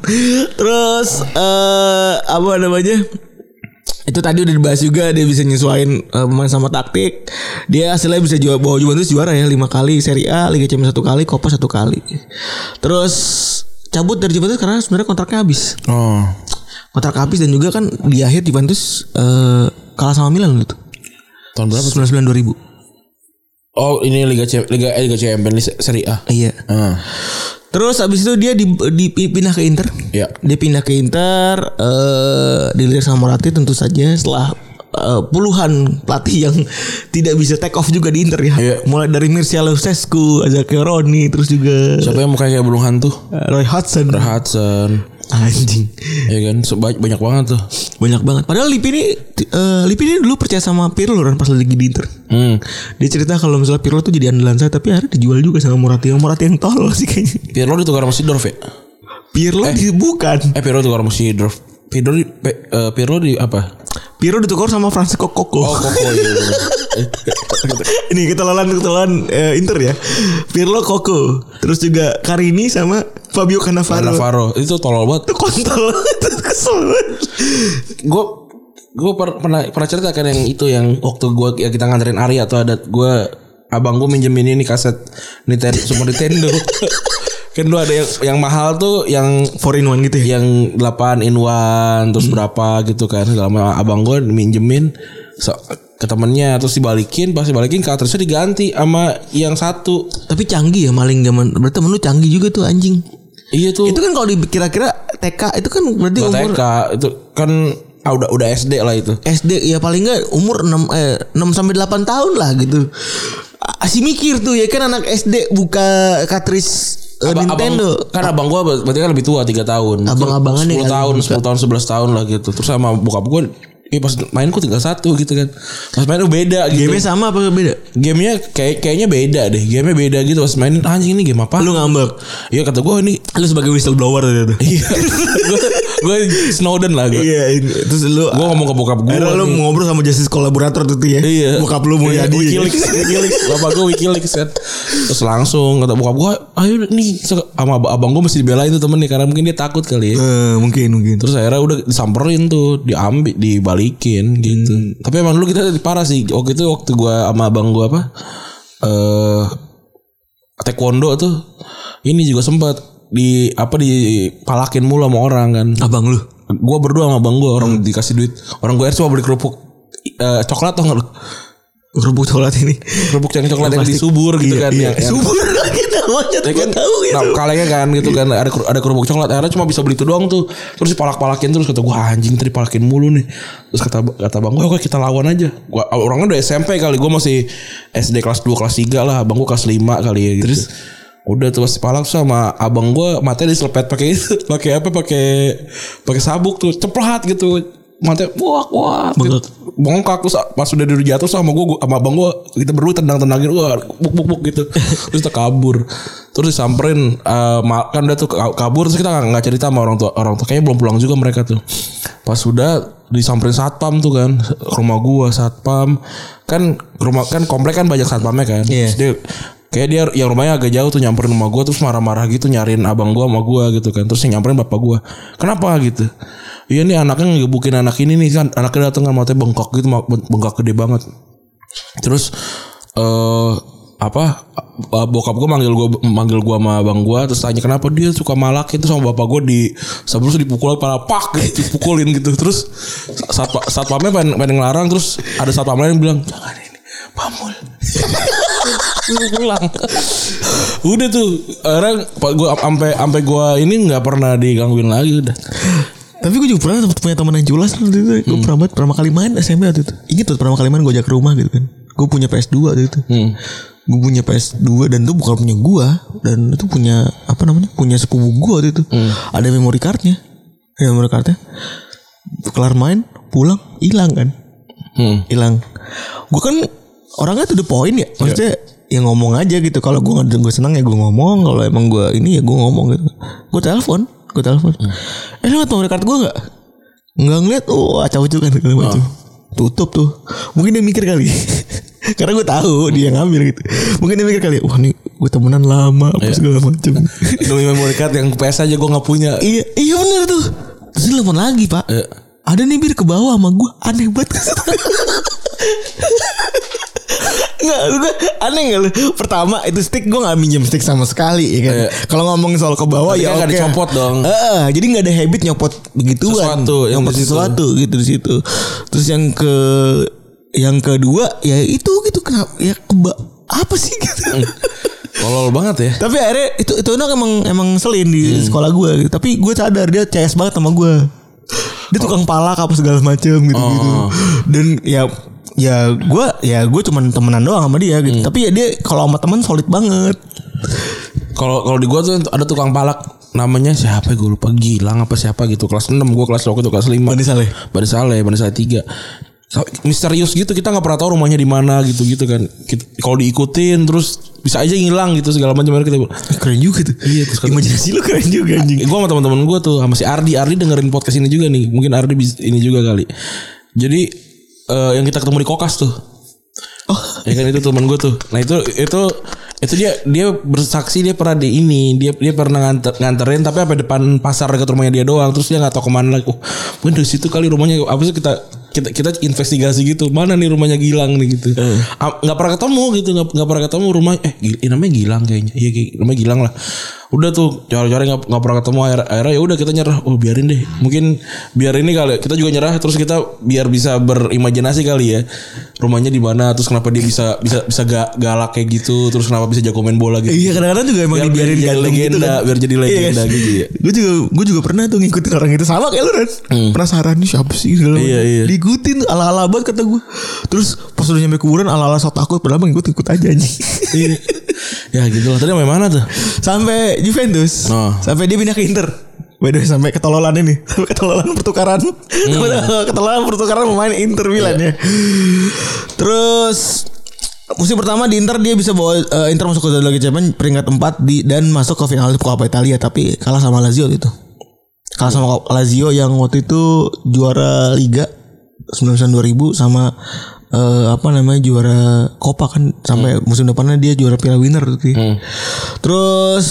B: Terus eh apa namanya? Itu tadi udah dibahas juga dia bisa nyesuaiin eh, pemain sama taktik. Dia hasilnya bisa juara bawa Juventus juara ya 5 kali Serie A, Liga Champions satu kali, Copa satu kali. Terus cabut dari Juventus karena sebenarnya kontraknya habis.
C: oh
B: Kontrak habis dan juga kan di akhir Juventus eh, kalah sama Milan gitu.
C: tahun berapa
B: 99 2000.
C: oh ini liga Cem- liga eh, liga champions League seri A
B: Iya.
C: Ah.
B: Terus abis itu dia di- dipindah ke Inter.
C: Ya.
B: Dia pindah ke Inter eh dilirik sama Moratti tentu saja setelah eh, puluhan pelatih yang tidak bisa take off juga di Inter ya.
C: Iya.
B: Mulai dari Mircea Lucescu, Azakio Roni, terus juga
C: siapa yang mukanya kayak burung hantu
B: eh, Roy Hodgson.
C: Hudson
B: Anjing.
C: ya kan sebanyak banyak banget tuh
B: Banyak banget. Padahal Lippi ini eh, Lippi ini dulu percaya sama Pirlo kan pas lagi di Inter.
C: hmm.
B: Dia cerita kalau misalnya Pirlo tuh jadi andalan saya tapi akhirnya dijual juga sama Moratti. Yang Moratti yang tolol sih kayaknya.
C: Pirlo ditukar sama Sidorf ya
B: Pirlo di- bukan.
C: eh Pirlo ditukar sama Sidorf Pirlo di Pe- eh, Pirlo di apa
B: Pirlo ditukar sama Francisco Coco.
C: oh koko iya.
B: Ini ketelalan ketelalan eh, Inter ya. Pirlo Koko, terus juga Karini sama Fabio Cannavaro.
C: Navarro itu tolol banget
B: Itu kontol, itu kesel banget.
C: gue gue pernah pernah cerita kan yang itu yang waktu gue ya kita nganterin Arya atau ada gue abang gue minjemin ini kaset Nintendo Super Nintendo kan dulu ada yang yang mahal tuh yang
B: Four in one gitu ya.
C: yang 8 in one terus berapa gitu kan segala macam abang gue minjemin so- ke temennya terus dibalikin pas dibalikin cartridge diganti sama yang satu
B: Tapi canggih ya maling zaman. Berarti temen lu canggih juga tuh anjing.
C: iya tuh
B: Itu kan kalau dikira-kira TK itu kan berarti
C: Nggak
B: umur
C: TK itu kan ah, udah udah SD lah itu
B: SD ya paling enggak umur 6 eh 6 sampai 8 tahun lah gitu. Asih mikir tuh ya kan anak SD buka cartridge eh,
C: Abang- abang-
B: Nintendo.
C: kan abang gua ber- berarti kan lebih tua 3 tahun.
B: Abang-abangannya kan kali
C: 10 tahun,
B: buka.
C: 10 tahun, 11 tahun lah gitu. Terus sama bokap gua eh pas main gua tinggal satu gitu kan. Pas main tuh beda gitu.
B: Game-nya sama apa beda?
C: Gamenya kayak kayaknya beda deh. Gamenya beda gitu pas main anjing ini game apa?
B: Lu ngambek.
C: Iya kata gua ini
B: Lu sebagai whistleblower tadi tuh.
C: iya. gua, gua Snowden lah gua.
B: Iya, ini. terus lu
C: Gua ngomong ke bokap gua.
B: akhirnya lu
C: nih.
B: ngobrol sama justice kolaborator tuh Ti, ya.
C: Iya.
B: Bokap lu mau jadi. ya.
C: Wikileaks, Wikileaks. Bapak gue Wikileaks kan. Terus langsung kata bokap gue, ayo nih sama ab- abang gue mesti dibelain tuh temennya karena mungkin dia takut kali ya.
B: Eh, mungkin mungkin.
C: Terus akhirnya udah disamperin tuh, diambil, dibalikin gitu.
B: Hmm.
C: Tapi emang dulu kita parah sih. Waktu itu waktu gua sama abang gua apa? Eh taekwondo tuh. Ini juga sempat di apa dipalakin mulu sama orang kan.
B: Abang lu.
C: Gua berdua sama abang gua
B: Hmm.
C: orang dikasih duit. Orang gue cuma beli kerupuk eh, coklat tau gak lu?
B: Kerupuk coklat ini.
C: Kerupuk yang coklat yang
B: Plastik.
C: disubur gitu
B: Iya,
C: kan.
B: iya.
C: Yang, yang-
B: Subur lagi namanya
C: Ya
B: tuh
C: kan
B: gua tahu gitu.
C: nah, kalengnya kan gitu kan ada ker- ada kerupuk coklat akhirnya cuma bisa beli itu doang tuh terus dipalak-palakin terus kata gua anjing tadi palakin mulu nih terus kata kata bang gua "Oke, kita lawan aja gua orangnya udah SMP kali gua masih SD kelas 2 kelas 3 lah abang gua kelas 5 kali ya gitu. terus udah tuh pasti palak sama abang gua matanya diselepet pakai itu pakai apa pakai pakai sabuk tuh ceplat gitu matanya gitu. wah wah
B: Bengkak.
C: bongkak terus pas udah dulu jatuh sama gue sama abang gue kita berdua tendang tendangin wah buk buk buk gitu terus kita kabur terus disamperin eh, ma- kan udah tuh ka- kabur terus kita nggak nggak cerita sama orang tua orang tua kayaknya belum pulang juga mereka tuh pas udah disamperin satpam tuh kan ke rumah gua satpam kan rumah kan komplek kan banyak satpamnya kan
B: Iya.
C: Terus dia kayak dia yang rumahnya agak jauh tuh nyamperin rumah gua terus marah-marah gitu nyariin abang gua sama gua gitu kan terus yang nyamperin bapak gua kenapa gitu iya nih anaknya ngegebukin anak ini nih kan anaknya datang kan matanya bengkok gitu mak- bengkak gede banget terus eh apa eh, bokap gua manggil gua manggil gua sama abang gua terus tanya kenapa dia suka malak itu sama bapak gua di sebelum dipukul para pak gitu, dipukulin gitu terus satpa, satpamnya pengen, pengen ngelarang terus ada satpam lain yang bilang jangan ini pamul Gua pulang udah tuh orang gue sampai sampai gue ini nggak pernah digangguin lagi udah
B: Tapi gue juga pernah punya teman yang culas waktu itu. Gue pernah banget pertama kali main SMP waktu itu. Ingat tuh pertama kali main gue ajak ke rumah gitu kan. Gue punya PS2 waktu itu. Gue punya PS2 dan itu bukan punya gua dan itu punya apa namanya? Punya sepupu gua waktu itu. Ada memory cardnya. Ada memory cardnya. Kelar main, pulang, hilang kan.
C: hmm.
B: Hilang. Gue kan orangnya tuh the point ya. Maksudnya ya ngomong aja gitu. Kalau gue gue senang ya gue ngomong. Kalau emang gue ini ya gue ngomong gitu. Gue telepon, gue telepon. Eh lu ngeliat memory card gue gak? nggak ngeliat wah cawu kan segala macam. tutup tuh mungkin dia mikir kali karena gue tahu dia ngambil gitu mungkin dia mikir kali wah nih gue temenan lama apa segala macam
C: Demi memory card yang PS aja gue nggak punya.
B: iya iya bener tuh terus dia telepon lagi pak
C: Iya.
B: ada nih bir ke bawah sama gue aneh banget Nggak, maksudnya aneh gak lu? Pertama itu stick gue gak minjem stick sama sekali ya kan.
C: Iya.
B: Kalau ngomongin soal ke bawah
C: Tapi
B: ya
C: kan nggak
B: oke.
C: dicopot dong.
B: Heeh, jadi gak ada habit nyopot begituan.
C: Sesuatu yang
B: nyopot
C: di situ.
B: sesuatu gitu di situ. Terus yang ke yang kedua ya itu gitu kenapa ya keba apa sih gitu.
C: Hmm. Tolol banget ya.
B: Tapi akhirnya itu itu anak emang emang selin di sekolah gue gitu. Tapi gue sadar dia CS banget sama gue. Dia tukang palak apa segala macem gitu gitu.
C: Oh.
B: Dan ya ya gue ya gue cuman temenan doang sama dia gitu. Tapi ya dia kalau sama teman solid banget.
C: Kalau kalau di gua tuh ada tukang palak namanya siapa gue lupa Gilang apa siapa gitu kelas 6 gua kelas waktu itu kelas 5
B: Bani Saleh.
C: Bani Saleh Bani Saleh 3 Sa- misterius gitu kita nggak pernah tahu rumahnya di mana gitu gitu kan Kita- kalau diikutin terus bisa aja hilang gitu segala macam Akhirnya kita
B: Keren juga tuh. Iya,
C: terus kata-
B: Imajinasi lu keren juga anjing.
C: gue Eh, sama teman-teman gue tuh sama si Ardi Ardi dengerin podcast ini juga nih mungkin Ardi bis- ini juga kali jadi eh, yang kita ketemu di kokas tuh
B: Oh.
C: ya kan itu teman gue tuh nah itu itu itu dia dia bersaksi dia pernah di ini dia dia pernah nganter, nganterin tapi apa depan pasar dekat rumahnya dia doang terus dia nggak tahu kemana lagi oh mungkin dari situ kali rumahnya apa sih kita kita kita investigasi gitu mana nih rumahnya Gilang nih gitu Ah, nggak pernah ketemu gitu nggak nggak pernah ketemu rumah eh Gil- eh, namanya Gilang kayaknya iya kayak namanya Gilang lah udah tuh cari-cari nggak nggak pernah ketemu akhir- akhirnya ya udah kita nyerah oh biarin deh mungkin biar ini kali kita juga nyerah terus kita biar bisa berimajinasi kali ya rumahnya di mana terus kenapa dia bisa bisa bisa ga- galak kayak gitu terus kenapa bisa jago main bola gitu
B: Iya kadang-kadang juga emang
C: Biar-
B: dibiarin
C: biar jadi
B: gantung gitu
C: legenda,
B: kan.
C: biar jadi legenda gitu ya.
B: Gue juga gue juga pernah tuh ngikutin orang itu sama kayak lu Ren. Penasaran nih siapa sih segala
C: Hmm. Iya,
B: macam.
C: iya.
B: Diikutin tuh, ala-ala banget kata gue. Terus pas udah nyampe kuburan ala-ala sok takut padahal mah ngikut-ngikut aja anjing.
C: Iya. ya gitu lah tadi main mana tuh
B: sampai Juventus.
C: Oh.
B: Sampai dia pindah ke Inter. By the way, sampai ketololan ini Sampai ketololan pertukaran Sampai Ketololan pertukaran pemain Inter Milan ya Terus Musim pertama di Inter dia bisa bawa eh, Inter masuk ke Liga Champions peringkat 4 di, dan masuk ke final Coppa Italia tapi kalah sama Lazio waktu itu. Kalah sama Lazio yang waktu itu juara Liga 99 2000 sama eh, apa namanya juara Copa kan sampai musim depannya dia juara Piala Winner gitu. Terus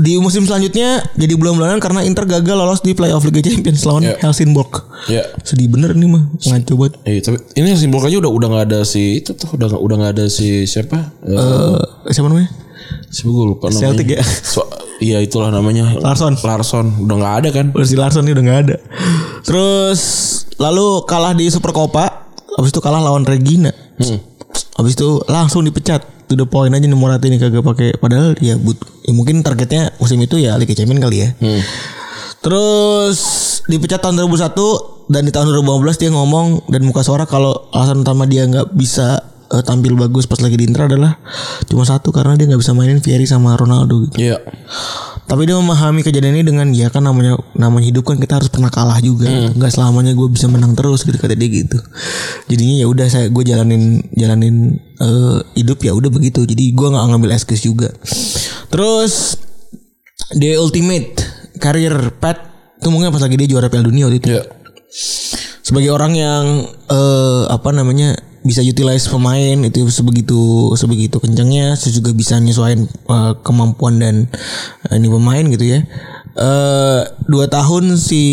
B: di musim selanjutnya jadi bulan-bulanan karena Inter gagal lolos di playoff Liga Champions lawan
C: Iya.
B: Helsingborg.
C: Iya.
B: Sedih bener nih mah ngaco banget.
C: Eh, tapi ini simbol aja udah udah nggak ada si itu tuh udah nggak udah nggak ada si siapa? Eh,
B: Eh, siapa namanya?
C: siapa gue lupa namanya.
B: Celtic ya?
C: So- iya itulah namanya.
B: Larsson.
C: Larson udah nggak ada kan?
B: Udah si Larson nih udah nggak ada. Terus lalu kalah di Supercopa, habis itu kalah lawan Regina. Habis itu langsung dipecat. To the point aja nih Morata ini kagak pakai padahal ya, but, ya mungkin targetnya musim itu ya Liga Champions kali ya. Terus dipecat tahun 2001 dan di tahun 2015 dia ngomong dan muka suara kalau alasan utama dia nggak bisa eh, tampil bagus pas lagi di Inter adalah cuma satu karena dia nggak bisa mainin Fieri sama Ronaldo gitu.
C: Iya.
B: Tapi dia memahami kejadian ini dengan ya kan namanya namanya hidup kan kita harus pernah kalah juga. Enggak selamanya gue bisa menang terus gitu kata dia gitu. Jadinya ya udah saya gue jalanin jalanin eh, hidup ya udah begitu. Jadi gue nggak ngambil excuse juga. Terus The Ultimate Career Pet itu mungkin pas lagi dia juara Piala Dunia waktu itu
C: Iya.
B: sebagai orang yang eh apa namanya bisa utilize pemain itu sebegitu sebegitu kencangnya saya juga bisa nyesuaiin eh, kemampuan dan eh, ini pemain gitu ya eh dua tahun si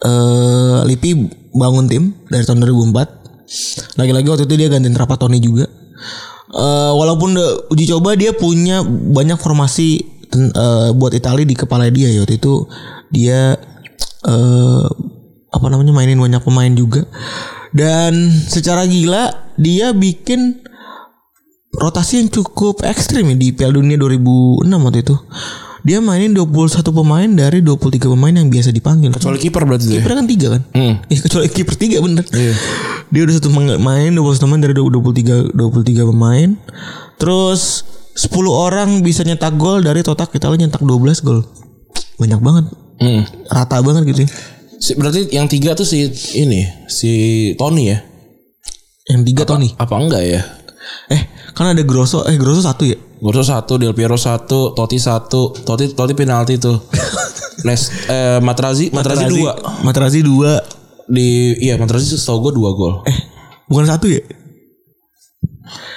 B: eh Lipi bangun tim dari tahun 2004 lagi-lagi waktu itu dia gantiin Trapattoni juga Eh walaupun udah uji coba dia punya banyak formasi ten- eh, buat Italia di kepala dia ya waktu itu dia eh apa namanya mainin banyak pemain juga dan secara gila dia bikin rotasi yang cukup ekstrim ya di Piala Dunia 2006 waktu itu dia mainin 21 pemain dari 23 pemain yang biasa dipanggil
C: Kecuali kiper berarti tuh. ya?
B: kiper kan tiga kan
C: Hmm.
B: Ya, kecuali kiper tiga bener
C: Iya.
B: dia udah satu meng- main 21 pemain dari 23 23 pemain terus 10 orang bisa nyetak gol dari total kita nyetak 12 gol banyak banget
C: Hmm.
B: rata banget gitu ya.
C: Si, berarti yang tiga tuh si ini si Tony ya?
B: yang tiga Tony
C: Apa enggak ya?
B: eh kan ada Grosso eh Grosso satu ya
C: Gordo satu, Del Piero satu, Totti satu, Totti Totti penalti tuh. Nes eh, Matrazi, Matrazi dua
B: Matrazi dua.
C: di iya Matrazi setahu gue dua gol.
B: Eh, bukan satu ya?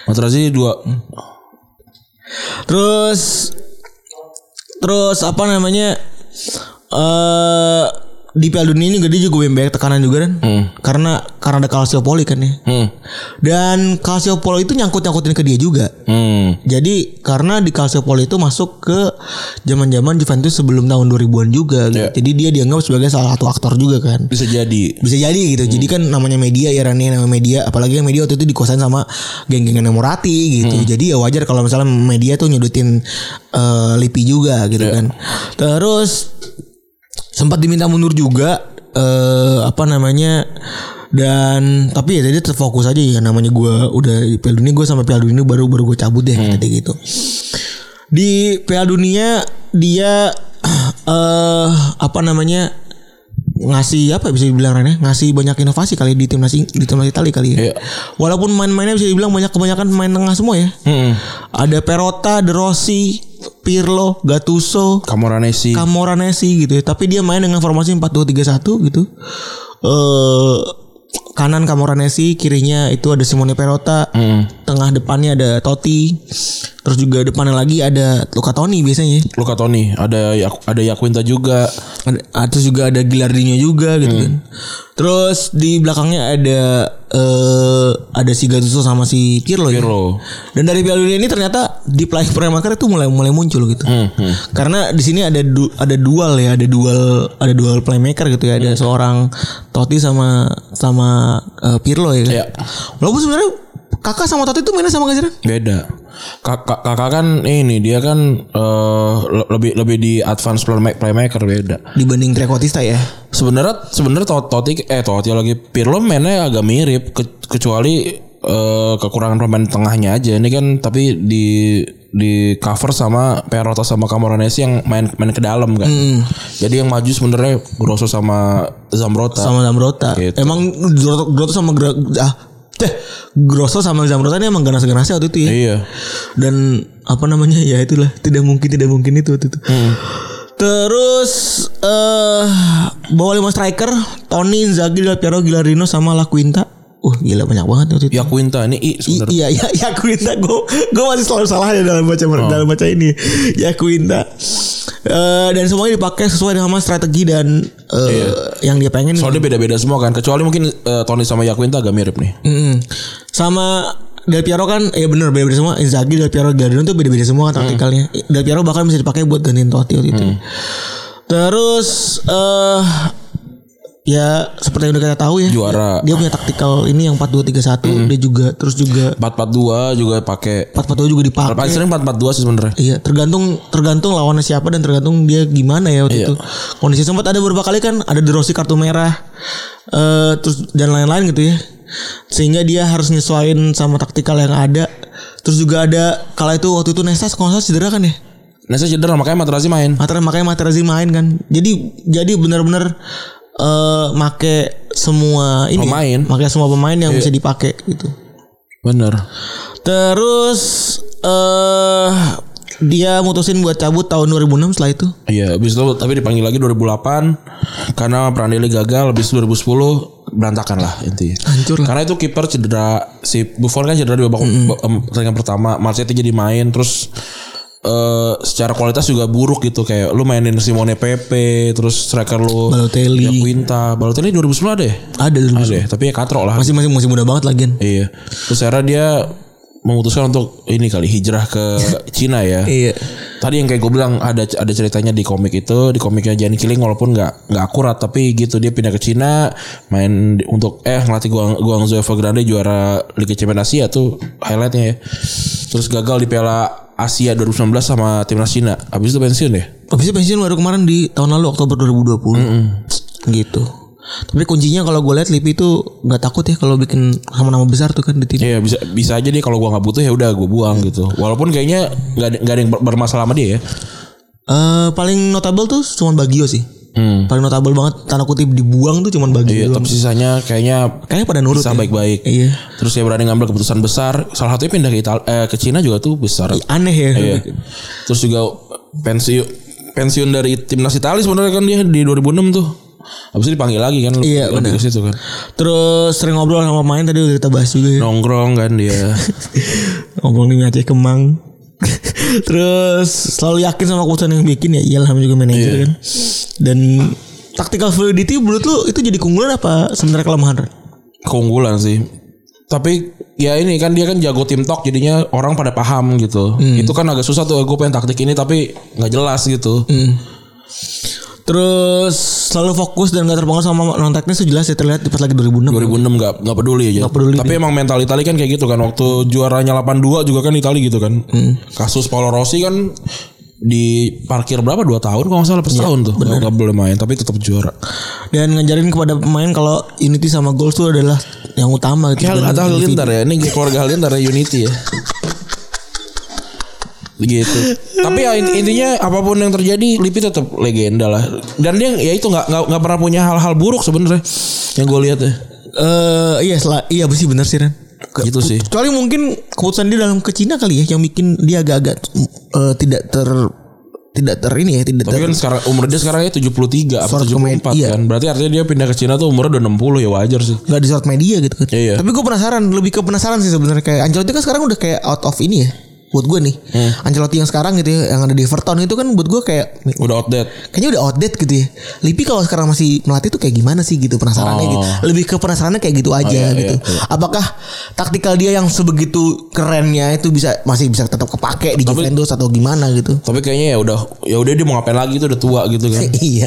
C: Matrazi dua
B: Terus terus apa namanya? Eh di Piala Dunia ini gede juga banyak tekanan juga kan. Karena karena ada Calciopoli kan ya.
C: Hmm.
B: Dan Calciopoli itu nyangkut-nyangkutin ke dia juga.
C: Hmm.
B: Jadi karena di Calciopoli itu masuk ke zaman-zaman Juventus sebelum tahun 2000-an juga. gitu.
C: Iya.
B: Jadi dia dianggap sebagai salah satu aktor juga kan.
C: Bisa jadi.
B: Bisa jadi gitu. Jadi kan namanya media ya Rani namanya media. Apalagi yang media waktu itu dikuasain sama geng-gengan yang Morati gitu. Jadi ya wajar kalau misalnya media tuh nyudutin eh, Lipi juga gitu kan. Terus sempat diminta mundur juga eh apa namanya dan tapi ya jadi terfokus aja ya namanya gua udah di Piala Dunia gue sama Piala Dunia baru baru gue cabut deh
C: Hmm.
B: tadi gitu di Piala Dunia dia eh apa namanya ngasih apa bisa dibilang Ren ya? ngasih banyak inovasi kali di timnas Ing- di timnas Italia kali ya
C: Iya.
B: walaupun main-mainnya bisa dibilang banyak kebanyakan pemain tengah semua ya
C: Hmm.
B: ada Perota, De Rossi, Pirlo, Gattuso,
C: Camoranesi.
B: Camoranesi gitu ya. Tapi dia main dengan formasi 4-2-3-1 gitu. Eh kanan Camoranesi, kirinya itu ada Simone Perota, tengah depannya ada Totti. Terus juga depannya lagi ada Luca Toni biasanya. ya.
C: Luka Toni, ada Yak- ada Yakwinta juga.
B: Ada, ah, terus juga ada Gilardino juga gitu kan. Terus di belakangnya ada eh ada si Gattuso sama si Pirlo, ya.
C: Pirlo.
B: Dan dari Piala Dunia ini ternyata di play playmaker itu mulai mulai muncul gitu.
C: Mm. Eh. Hmm,
B: Karena di sini ada du- ada dual ya, ada dual ada dual playmaker gitu ya.
C: Hmm.
B: Ada seorang Totti sama sama eh, Pirlo ya. Kan?
C: Iya.
B: Walaupun sebenarnya Kakak sama Totti itu mainnya sama gak sih? Ren?
C: Beda. Kakak kakak kan ini dia kan eh, le- lebih lebih di advance playma- playmaker beda.
B: Dibanding Trekotista ya.
C: Sebenarnya sebenarnya Tot- Totti eh Totti lagi Pirlo mainnya agak mirip ke- kecuali eh, kekurangan pemain tengahnya aja. Ini kan tapi di di cover sama Perota sama Camoranesi yang main main ke dalam kan. Jadi yang maju sebenarnya Grosso sama Zambrota.
B: Sama Zambrota.
C: Gitu.
B: Emang Grosso Grosso sama Gra- ah teh Grosso sama Zambrota ini emang ganas-ganasnya waktu itu ya.
C: Iya.
B: dan apa namanya ya itulah tidak mungkin tidak mungkin itu waktu itu. Terus eh bawa lima striker Tony Inzaghi Del Piero Gilardino sama La Quinta. Wah gila banyak banget waktu itu.
C: Yakwinta ini I
B: I-
C: sebenarnya.
B: iya iya ya Quinta gue gue masih selalu salah ya dalam baca dalam baca ini ya Quinta Eh dan semuanya dipakai sesuai dengan strategi dan eh, yang dia pengen
C: Soalnya beda-beda semua kan. Kecuali mungkin eh, Tony sama Yakwinta agak mirip nih.
B: Mm-mm. Sama Del Piero kan ya bener beda-beda semua Inzaghi Del Piero Giardino tuh beda-beda semua kan taktikalnya Del Piero bahkan bisa dipakai buat gantiin Totti waktu itu Terus eh ya seperti yang udah kita tahu ya
C: Juara.
B: dia punya taktikal ini yang 4-2-3-1 dia juga terus juga
C: 442 juga pakai
B: 4-4-2 juga dipakai
C: paling sering 442 sih sebenarnya.
B: Iya, tergantung tergantung lawannya siapa dan tergantung dia gimana ya waktu itu.
C: Iya.
B: Kondisi sempat ada beberapa kali kan ada De Rossi kartu merah eh terus dan lain-lain gitu ya. Sehingga dia harus nyesuaiin sama taktikal yang ada. Terus juga ada kala itu waktu itu Nesta kalau nggak salah cedera kan ya.
C: Nesta Nah, cedera makanya Materazzi main.
B: Matera makanya Materazzi main kan. Jadi jadi benar-benar eh make semua ini
C: Pemain. Iya.
B: pakai semua pemain yang bisa dipakai gitu.
C: Bener.
B: Terus eh dia mutusin buat cabut tahun 2006 setelah itu.
C: Iya, habis itu tapi dipanggil lagi 2008 karena Prandelli gagal habis itu 2010 berantakan lah intinya.
B: Hancur lah.
C: Karena itu kiper cedera si Buffon kan cedera di babak ba- em, pertandingan pertama, Marseille jadi main terus eh secara kualitas juga buruk gitu kayak lu mainin Simone Pepe terus striker lu
B: Balotelli.
C: Ya, Quinta Balotelli 2010 ada ya?
B: Ada dulu.
C: Ada ya, tapi ya katro lah.
B: Masih masih masih muda banget lagian.
C: Iya. Terus akhirnya dia memutuskan untuk ini kali hijrah ke Cina ya.
B: Iya.
C: Tadi yang kayak gue bilang ada ada ceritanya di komik itu di komiknya Gianni Killing walaupun nggak nggak akurat tapi gitu dia pindah ke Cina main di- untuk eh ngelatih Guang Guangzhou Evergrande juara Liga Champions Asia tuh highlightnya ya. Terus gagal di Piala Asia 2019 sama timnas Cina. Habis itu pensiun deh.
B: Habis itu pensiun baru kemarin di tahun lalu Oktober 2020. Gitu. Tapi kuncinya kalau gue lihat Lipi itu nggak takut ya kalau bikin sama-nama besar tuh kan di tim.
C: Iya bisa bisa aja deh kalau gua nggak butuh ya udah gue buang gitu. Walaupun kayaknya nggak ada, nggak ada yang ber- bermasalah sama dia ya.
B: Eh, paling notable tuh cuman Bagio sih. Paling notable banget tanda kutip dibuang tuh cuman Bagio.
C: Iya,
B: doang.
C: tapi sisanya kayaknya
B: Kayaknya pada nurut.
C: bisa
B: ya.
C: baik-baik.
B: Iya.
C: Terus dia berani ngambil keputusan besar. Salah satunya pindah ke Ital eh, ke Cina juga tuh besar.
B: Aneh ya.
C: Iya. Terus juga pensiun pensiun dari timnas Italia sebenarnya kan dia di 2006 tuh. Habis itu dipanggil lagi kan
B: Iya, benar.
C: lebih ke situ kan.
B: Terus sering ngobrol sama pemain tadi udah kita bahas juga ya.
C: Nongkrong kan dia.
B: Ngomongin Aceh Kemang. Terus selalu yakin sama keputusan yang bikin ya iyalah namanya juga manajer
C: Iya.
B: kan. Dan tactical fluidity menurut lu itu jadi keunggulan apa sebenarnya kelemahan? Ren?
C: keunggulan sih. Tapi ya ini kan dia kan jago tim talk jadinya orang pada paham gitu.
B: Hmm.
C: Itu kan agak susah tuh gue pengen taktik ini tapi nggak jelas gitu.
B: Hmm. Terus selalu fokus dan gak terpengaruh sama non teknis itu jelas ya terlihat pas lagi 2006.
C: 2006 nggak nggak peduli aja.
B: Nggak peduli
C: tapi emang mental Italia kan kayak gitu kan waktu juaranya 82 juga kan Italia gitu kan.
B: Hmm.
C: Kasus Paolo Rossi kan di parkir berapa dua tahun kalau nggak salah
B: Iya,
C: pas tahun tuh nggak nggak boleh main tapi tetap juara.
B: Dan ngajarin kepada pemain kalau unity sama goals itu adalah yang utama gitu.
C: Kayak
B: Dibanding
C: atau
B: individu.
C: Halilintar ya Ini keluarga Halilintar ya Unity ya Begitu Tapi ya int- intinya Apapun yang terjadi Lipi tetap legenda lah Dan dia ya itu nggak nggak nggak pernah punya hal-hal buruk sebenarnya Yang gue lihat ya
B: Eh iya sel- iya sih benar sih Ren. Ke-
C: Gitu sih.
B: Kecuali mungkin keputusan dia dalam ke Cina kali ya yang bikin dia agak-agak eh, tidak ter tidak ter ini ya tidak
C: Tapi
B: ter
C: kan sekarang umur dia sekarang ya 73
B: Sort
C: Atau
B: of
C: 74
B: iya.
C: kan Berarti artinya dia pindah ke Cina tuh umurnya udah 60 ya wajar sih
B: nggak di sort media gitu kan.
C: Iya, iya.
B: Tapi gue penasaran lebih ke penasaran sih sebenarnya kayak Ancelotti kan sekarang udah kayak out of ini ya buat gue nih. Ancelotti yang sekarang gitu ya yang ada di Everton itu kan buat gue kayak
C: Udah outdated
B: kayaknya udah outdated gitu ya. Lipi kalau sekarang masih melatih tuh kayak gimana sih gitu penasarannya
C: Oh.
B: gitu. Lebih ke penasarannya kayak gitu aja
C: iya,
B: gitu.
C: iya, iya.
B: Apakah taktikal dia yang sebegitu kerennya itu bisa masih bisa tetap kepake di Juventus atau gimana gitu?
C: Tapi kayaknya ya udah ya udah dia mau ngapain lagi tuh udah tua gitu kan
B: iya.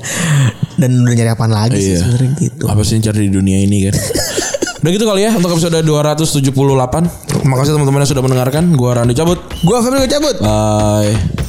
B: Dan udah nyari apaan lagi sih
C: Iya.
B: sebenarnya gitu.
C: Apa sih yang cari di dunia ini kan? Udah gitu kali ya untuk episode 278. Terima kasih teman-teman yang sudah mendengarkan. Gua Randy cabut.
B: Gua Febri cabut.
C: Bye.